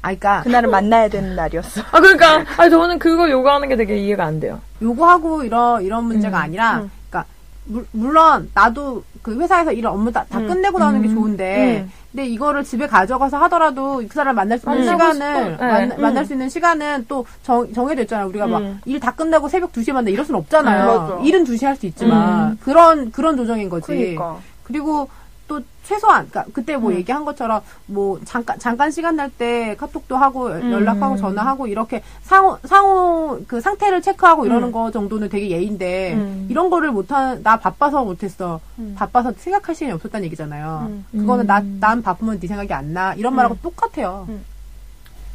S2: 아,
S1: (laughs)
S2: 그러니까
S3: 그날은 만나야 되는 날이었어.
S1: 아 그러니까 아 저는 그거 요구하는 게 되게 이해가 안 돼요.
S2: 요거하고 이런 이런 문제가
S1: 음,
S2: 아니라
S3: 음.
S2: 그러니까 물- 물론 나도 그 회사에서 일을 업무 다, 다
S3: 음,
S2: 끝내고 나오는 게
S1: 음,
S2: 좋은데
S3: 음.
S2: 근데 이거를 집에 가져가서 하더라도 그 사람 만날 수 있는
S1: 만나고
S2: 시간을
S1: 싶어.
S2: 만,
S1: 네.
S2: 만날 수 있는 시간은 또 정, 정해져 있잖아요. 우리가 막
S3: 음.
S2: 일 다 끝나고 새벽 2시에 만나 이럴 순 없잖아요.
S3: 음, 맞아.
S2: 일은 2시에 할 수 있지만
S1: 음.
S2: 그런 그런 조정인 거지.
S3: 그러니까.
S2: 그리고 또 최소한 그니까 그때
S3: 음.
S2: 뭐 얘기한 것처럼 뭐 잠깐 잠깐 시간 날 때 카톡도 하고 연-
S1: 음.
S2: 연락하고 전화하고 이렇게 상호 상호 그 상태를 체크하고 이러는
S3: 음.
S2: 거 정도는 되게 예인데
S3: 음.
S2: 이런 거를 못한 나 바빠서 못했어
S3: 음.
S2: 바빠서 생각할 시간이 없었다는 얘기잖아요.
S3: 음.
S2: 그거는 나
S1: 음.
S2: 난 바쁘면 네 생각이 안 나 이런 말하고 똑같아요.
S3: 음.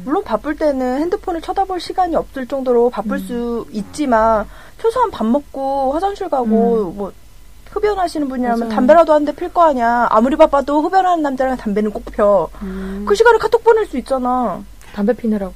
S3: 물론 바쁠 때는 핸드폰을 쳐다볼 시간이 없을 정도로
S1: 음.
S3: 바쁠 수 있지만 최소한 밥 먹고 화장실 가고 뭐 흡연하시는 분이라면
S1: 음. 맞아요.
S3: 담배라도 한 대 필 거 아니야. 아무리 바빠도 흡연하는 남자랑 담배는 꼭 펴.
S1: 음.
S3: 그 시간에 카톡 보낼 수 있잖아.
S1: 담배 피느라고.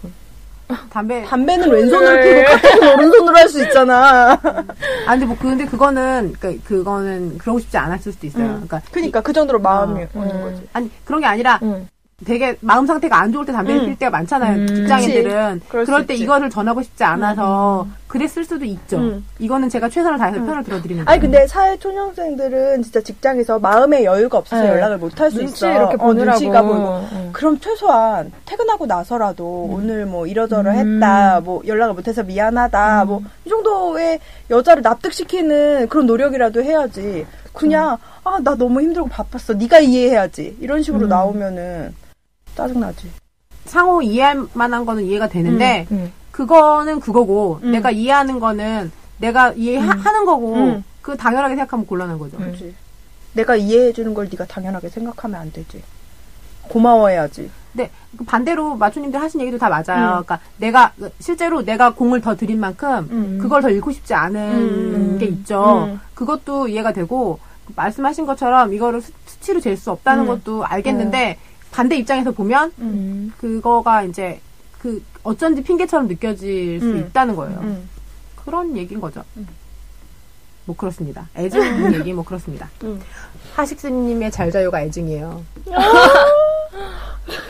S2: 담배
S3: 담배는 왼손으로
S1: 그래.
S3: 피고 카톡은 오른손으로 할 수
S1: (laughs)
S3: 있잖아.
S2: 아 근데 뭐 근데 그거는 그러니까 그거는 그러고 싶지 않았을 수도 있어요.
S3: 음.
S2: 그러니까
S3: 그러니까 그 정도로 마음이
S2: 어,
S3: 오는
S1: 음.
S3: 거지.
S2: 아니 그런 게 아니라
S1: 응.
S2: 되게 마음 상태가 안 좋을 때 담배를
S3: 음.
S2: 필 때가 많잖아요.
S1: 음.
S2: 직장인들은
S3: 그치.
S2: 그
S3: 그럴
S2: 럴
S3: 수
S2: 때
S3: 있지.
S2: 이거를 전하고 싶지 않아서 그랬을 수도 있죠.
S3: 음.
S2: 이거는 제가 최선을 다해서 편을 들어드리는 거예요.
S3: 아니 근데 사회 초년생들은 진짜 직장에서 마음의 여유가 없어서
S1: 네.
S3: 연락을 못 할 수
S1: 눈치
S3: 있어.
S1: 이렇게
S3: 어,
S1: 보느라고.
S3: 눈치가 보이고.
S1: 응.
S3: 그럼 최소한 퇴근하고 나서라도 오늘 뭐 이러저러
S1: 음.
S3: 했다, 뭐 연락을 못해서 미안하다, 뭐 이 정도의 여자를 납득시키는 그런 노력이라도 해야지. 그냥 아 나 너무 힘들고 바빴어, 네가 이해해야지 이런 식으로
S1: 음.
S3: 나오면은 짜증 나지.
S2: 상호 이해할 만한 거는 이해가 되는데
S1: 응.
S2: 그거는 그거고
S3: 음.
S2: 내가 이해하는 거는 내가 이해하는 거고
S3: 음.
S2: 그 당연하게 생각하면 곤란한 거죠.
S1: 음.
S3: 그렇지. 내가 이해해 주는 걸 네가 당연하게 생각하면 안 되지. 고마워해야지.
S2: 근데 그 반대로 마초님들 하신 얘기도 다 맞아요.
S3: 음.
S2: 그러니까 내가 실제로 내가 공을 더 들인 만큼
S3: 음.
S2: 그걸 더 잃고 싶지 않은
S1: 음.
S2: 게 있죠.
S3: 음.
S2: 그것도 이해가 되고 말씀하신 것처럼 이거를 수- 수치로 잴 수 없다는
S3: 음.
S2: 것도 알겠는데 반대 입장에서 보면
S3: 그-
S1: 응.
S2: 그거가 이제 그 어쩐지 핑계처럼 느껴질 수
S3: 음.
S2: 있다는 거예요.
S3: 음.
S2: 그런 얘기인 거죠. 뭐 그렇습니다. 애증 얘기 뭐 그렇습니다.
S3: 음. 아!
S2: 하식스님의 잘자요가 애증이에요.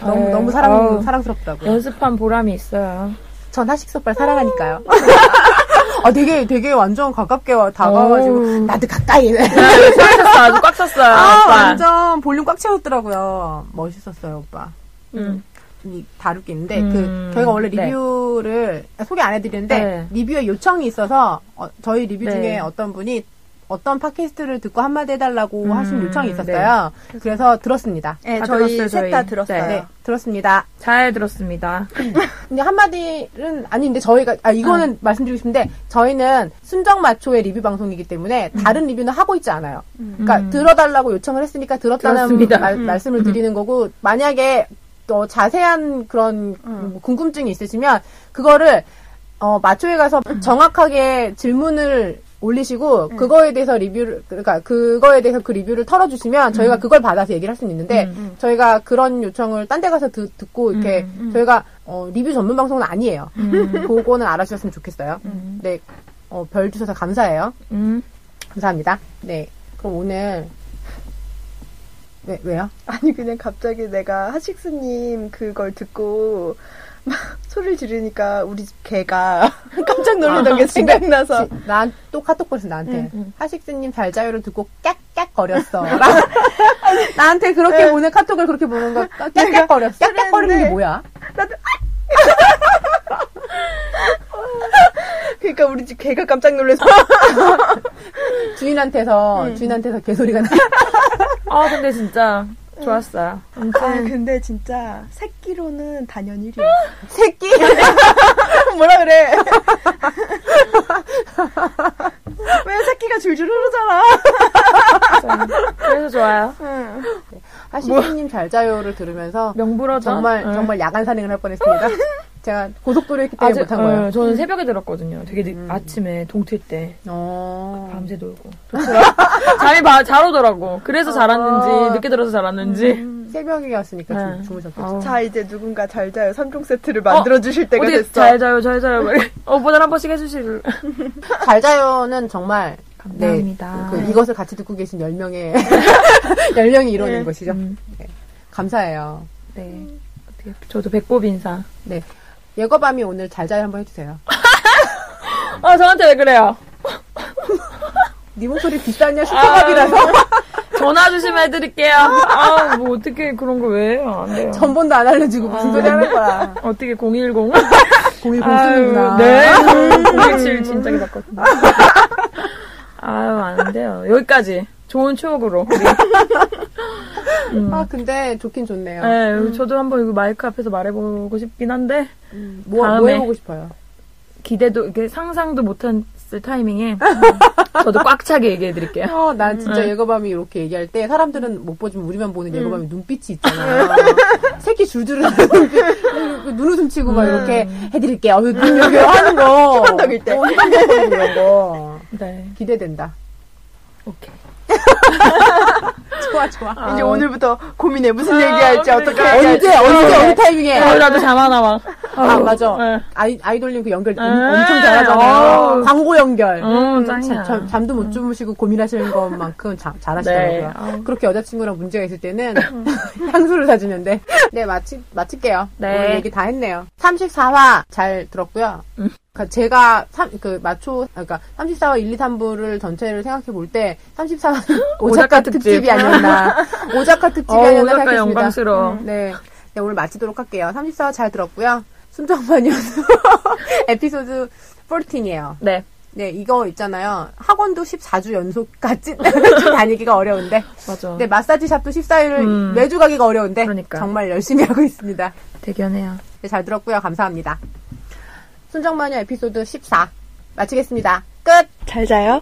S2: 너무
S1: 아유,
S2: (laughs) 너무 사랑
S3: 어.
S1: 아우.
S2: 사랑스럽다고요.
S1: 음. 연습한 보람이 있어요.
S2: 전 하식석발 사랑하니까요. (laughs) 아 되게 되게 완전 가깝게 와- 다가와가지고
S1: 어우.
S2: 나도 가까이. (laughs)
S1: 꽉찼어 네, 아주 꽉찼어요.
S2: 아 완전 볼륨 꽉 채웠더라고요. 멋있었어요 오빠.
S1: 응.
S2: 이- 다룰 게 있는데
S1: 음.
S2: 그 저희가 원래
S1: 네.
S2: 리뷰를 소개 안 해드리는데
S1: 네.
S2: 리뷰에 요청이 있어서 어, 저희 리뷰
S1: 네.
S2: 중에 어떤 분이 어떤 팟캐스트를 듣고 한마디 해달라고
S1: 음, 네.
S2: 하신 요청이 있었어요. 그래서 들었습니다.
S3: 네,
S1: 다
S3: 저희
S1: 들었어요,
S3: 셋 다
S1: 예, 저희.
S3: 들었어요.
S2: 네, 들었습니다.
S1: 잘 들었습니다.
S2: 근데 한마디는 아닌데 저희가 아 이거는
S1: 음.
S2: 말씀드리고 싶은데 저희는 순정 마초의 리뷰 방송이기 때문에 다른 리뷰는 하고 있지 않아요. 그러니까
S1: 음.
S2: 들어달라고 요청을 했으니까 들었다는
S1: 들었습니다.
S2: 말,
S1: 음.
S2: 말씀을 드리는 거고 만약에 또 자세한 그런
S1: 음.
S2: 뭐 궁금증이 있으시면 그거를 어, 마초에 가서 정확하게 질문을 올리시고
S1: 음.
S2: 그거에 대해서 리뷰를 그러니까 그거에 대해서 그 리뷰를 털어주시면 저희가 그걸 받아서 얘기를 할 수는 있는데
S1: 음, 음.
S2: 저희가 그런 요청을 딴 데 가서 듣, 고 이렇게
S1: 음,
S2: 저희가 어, 리뷰 전문 방송은 아니에요. (laughs) 그거는 알아주셨으면 좋겠어요.
S1: 음.
S2: 네, 어, 별 주셔서 감사해요.
S1: 음.
S2: 감사합니다. 네, 그럼 오늘 네, 왜요?
S3: 아니 그냥 갑자기 내가 하식스님 그걸 듣고 막 소리를 지르니까 우리 집 개가 (laughs) 깜짝
S1: 아,
S3: 놀라던 게 생각나서
S2: 난 또 카톡 보냈어 나한테
S1: 음.
S2: 하식스님 잘 자요를 듣고 깍깍 거렸어. (laughs) 나한테 그렇게 보낸 카톡을 그렇게 보는 거 깍깍 거렸어. 깍깍 거리는 게
S3: 그랬는데.
S2: 뭐야?
S3: 그러니까 우리 집 개가 깜짝 놀라서
S1: 아,
S2: 주인한테서 주인한테서 개소리가 나.
S1: 아 근데 진짜 좋았어요. 음,
S3: 아
S1: 아무튼
S3: 근데 진짜 새끼로는 단연
S1: (gasps)
S3: 1위
S2: 새끼.
S3: 뭐라 그래 왜 새끼가 줄줄 흐르잖아
S1: 진짜 그래서 좋아요.
S2: (laughs) 하식스님 잘 자요를 들으면서
S1: 명불허전
S2: 정말
S1: 응.
S2: 정말 야간 산행을 할 뻔했습니다. 제가 고속도로 했기 때문에
S1: 아직
S2: 못한 거예요. 음.
S1: 응, 저는 새벽에 들었거든요. 되게 늦- 아침에 동틀 때
S2: 어.
S1: 밤새
S2: (laughs)
S1: 놀고 좋더라. 잠이 바- 잘 오더라고. 그래서 잘
S2: 아. 음.
S1: 왔는지 늦게 들어서 잘 왔는지
S2: 새벽이었으니까 주-
S1: 네.
S2: 주무셨겠죠.
S1: 아우.
S3: 자 이제 누군가 잘 자요 3종 세트를 만들어 주실 때가
S1: 어디
S3: 됐어
S1: 잘 자요, 잘 자요. 막
S2: (laughs)
S1: 이래. 어, 보단 한 번씩 해주실.
S2: 네. 잘 자요는 정말
S1: 감사합니다.
S2: 네, 그- 그 이것을 같이 듣고 계신 10명의 (laughs) 10명이 이러는 것이죠. 네.
S1: 음,
S2: 감사해요.
S1: 네. 어떻게, 저도 배꼽 인사.
S2: 네. 예거밤이 오늘 잘 자요 한번 해주세요.
S1: 아, 저한테 왜 그래요?
S2: 네 목소리 비싸냐 슈퍼밥이라서
S1: 전화 주시면
S2: (laughs)
S1: 해드릴게요. 아, 뭐, 어떻게 그런 거 왜 해요? 안 돼요.
S2: 전번도 안 알려주고 무슨 소리 하는 거야.
S1: 어떻게 010?
S2: 공이
S1: 아유,
S2: 공수이구나
S1: 네. 017 진작에 바꿨습니다. 아유, 안 돼요. 여기까지. 좋은 추억으로. 우리.
S2: 아 근데 좋긴 좋네요.
S1: 네, 저도 한번 이거 마이크 앞에서 말해보고 싶긴 한데,
S2: 뭐, 뭐
S1: 다음에.
S2: 해보고 싶어요?
S1: 기대도, 이렇게 상상도 못했을 타이밍에, 음, 저도 꽉 차게 얘기해드릴게요.
S2: 어, 난 진짜
S1: 음.
S2: 예거밤이 이렇게 얘기할 때 사람들은 못 보지만 우리만 보는 예거밤이 눈빛이 있잖아요. (laughs) 새끼 줄줄이 눈빛, 그 눈웃음 치고 막 이렇게 해드릴게요. 어, 눈 여기 하는
S1: 음. (laughs)
S2: 거.
S3: 희번덕일 때.
S2: 어, 희번덕이고 이런 거.
S1: 네,
S2: 기대된다.
S1: 오케이.
S2: 좋아, 좋아.
S3: 이제 오늘부터 고민해 무슨 얘기할지
S1: 아,
S3: 어떻게
S1: 그러니까.
S3: 할지
S2: 언제, 언제, 어느 타이밍에.
S1: 어, 나도 잠하나 막.
S2: 아, 맞아.
S1: 네.
S2: 아이, 아이돌님 그 연결 엄-
S1: 음.
S2: 엄청 잘하잖아요.
S1: 어우.
S2: 광고 연결. 음,
S1: 어, 짱이야.
S2: 자- 자- 잠도 못 주무시고 고민하시는 것만큼 자-
S1: 네.
S2: 잘하시더라고요.
S1: 아우.
S2: 그렇게 여자친구랑 문제가 있을 때는 (laughs) 향수를 사주는데. 네, 마치, 마칠게요.
S1: 네.
S2: 오늘 얘기 다 했네요. 34화 잘 들었고요. 그러니까 제가 삼, 그 마초 그러니까 34화 1, 2, 3부를 전체를 생각해 볼 때 34화 (laughs) 오작가
S1: 오작가
S2: 특집이
S1: 특집.
S2: (laughs) 아니었나 오작가 특집이
S1: 어,
S2: 아니었나
S1: 오작가
S2: 생각했습니다.
S1: 영광스러워.
S2: 네. 네, 오늘 마치도록 할게요. 34화 잘 들었고요. (laughs) 순정마녀수 에피소드 14이에요.
S1: 네.
S2: 네, 이거 있잖아요. 학원도 14주 연속까지 (laughs) 좀 다니기가 어려운데.
S1: 맞아.
S2: 네, 마사지 샵도 14일을
S1: 음.
S2: 매주 가기가 어려운데.
S1: 그러니까.
S2: 정말 열심히 (laughs) 하고 있습니다.
S1: 대견해요.
S2: 네, 잘 들었고요. 감사합니다. 순정마녀 에피소드 14 마치겠습니다. 끝!
S3: 잘 자요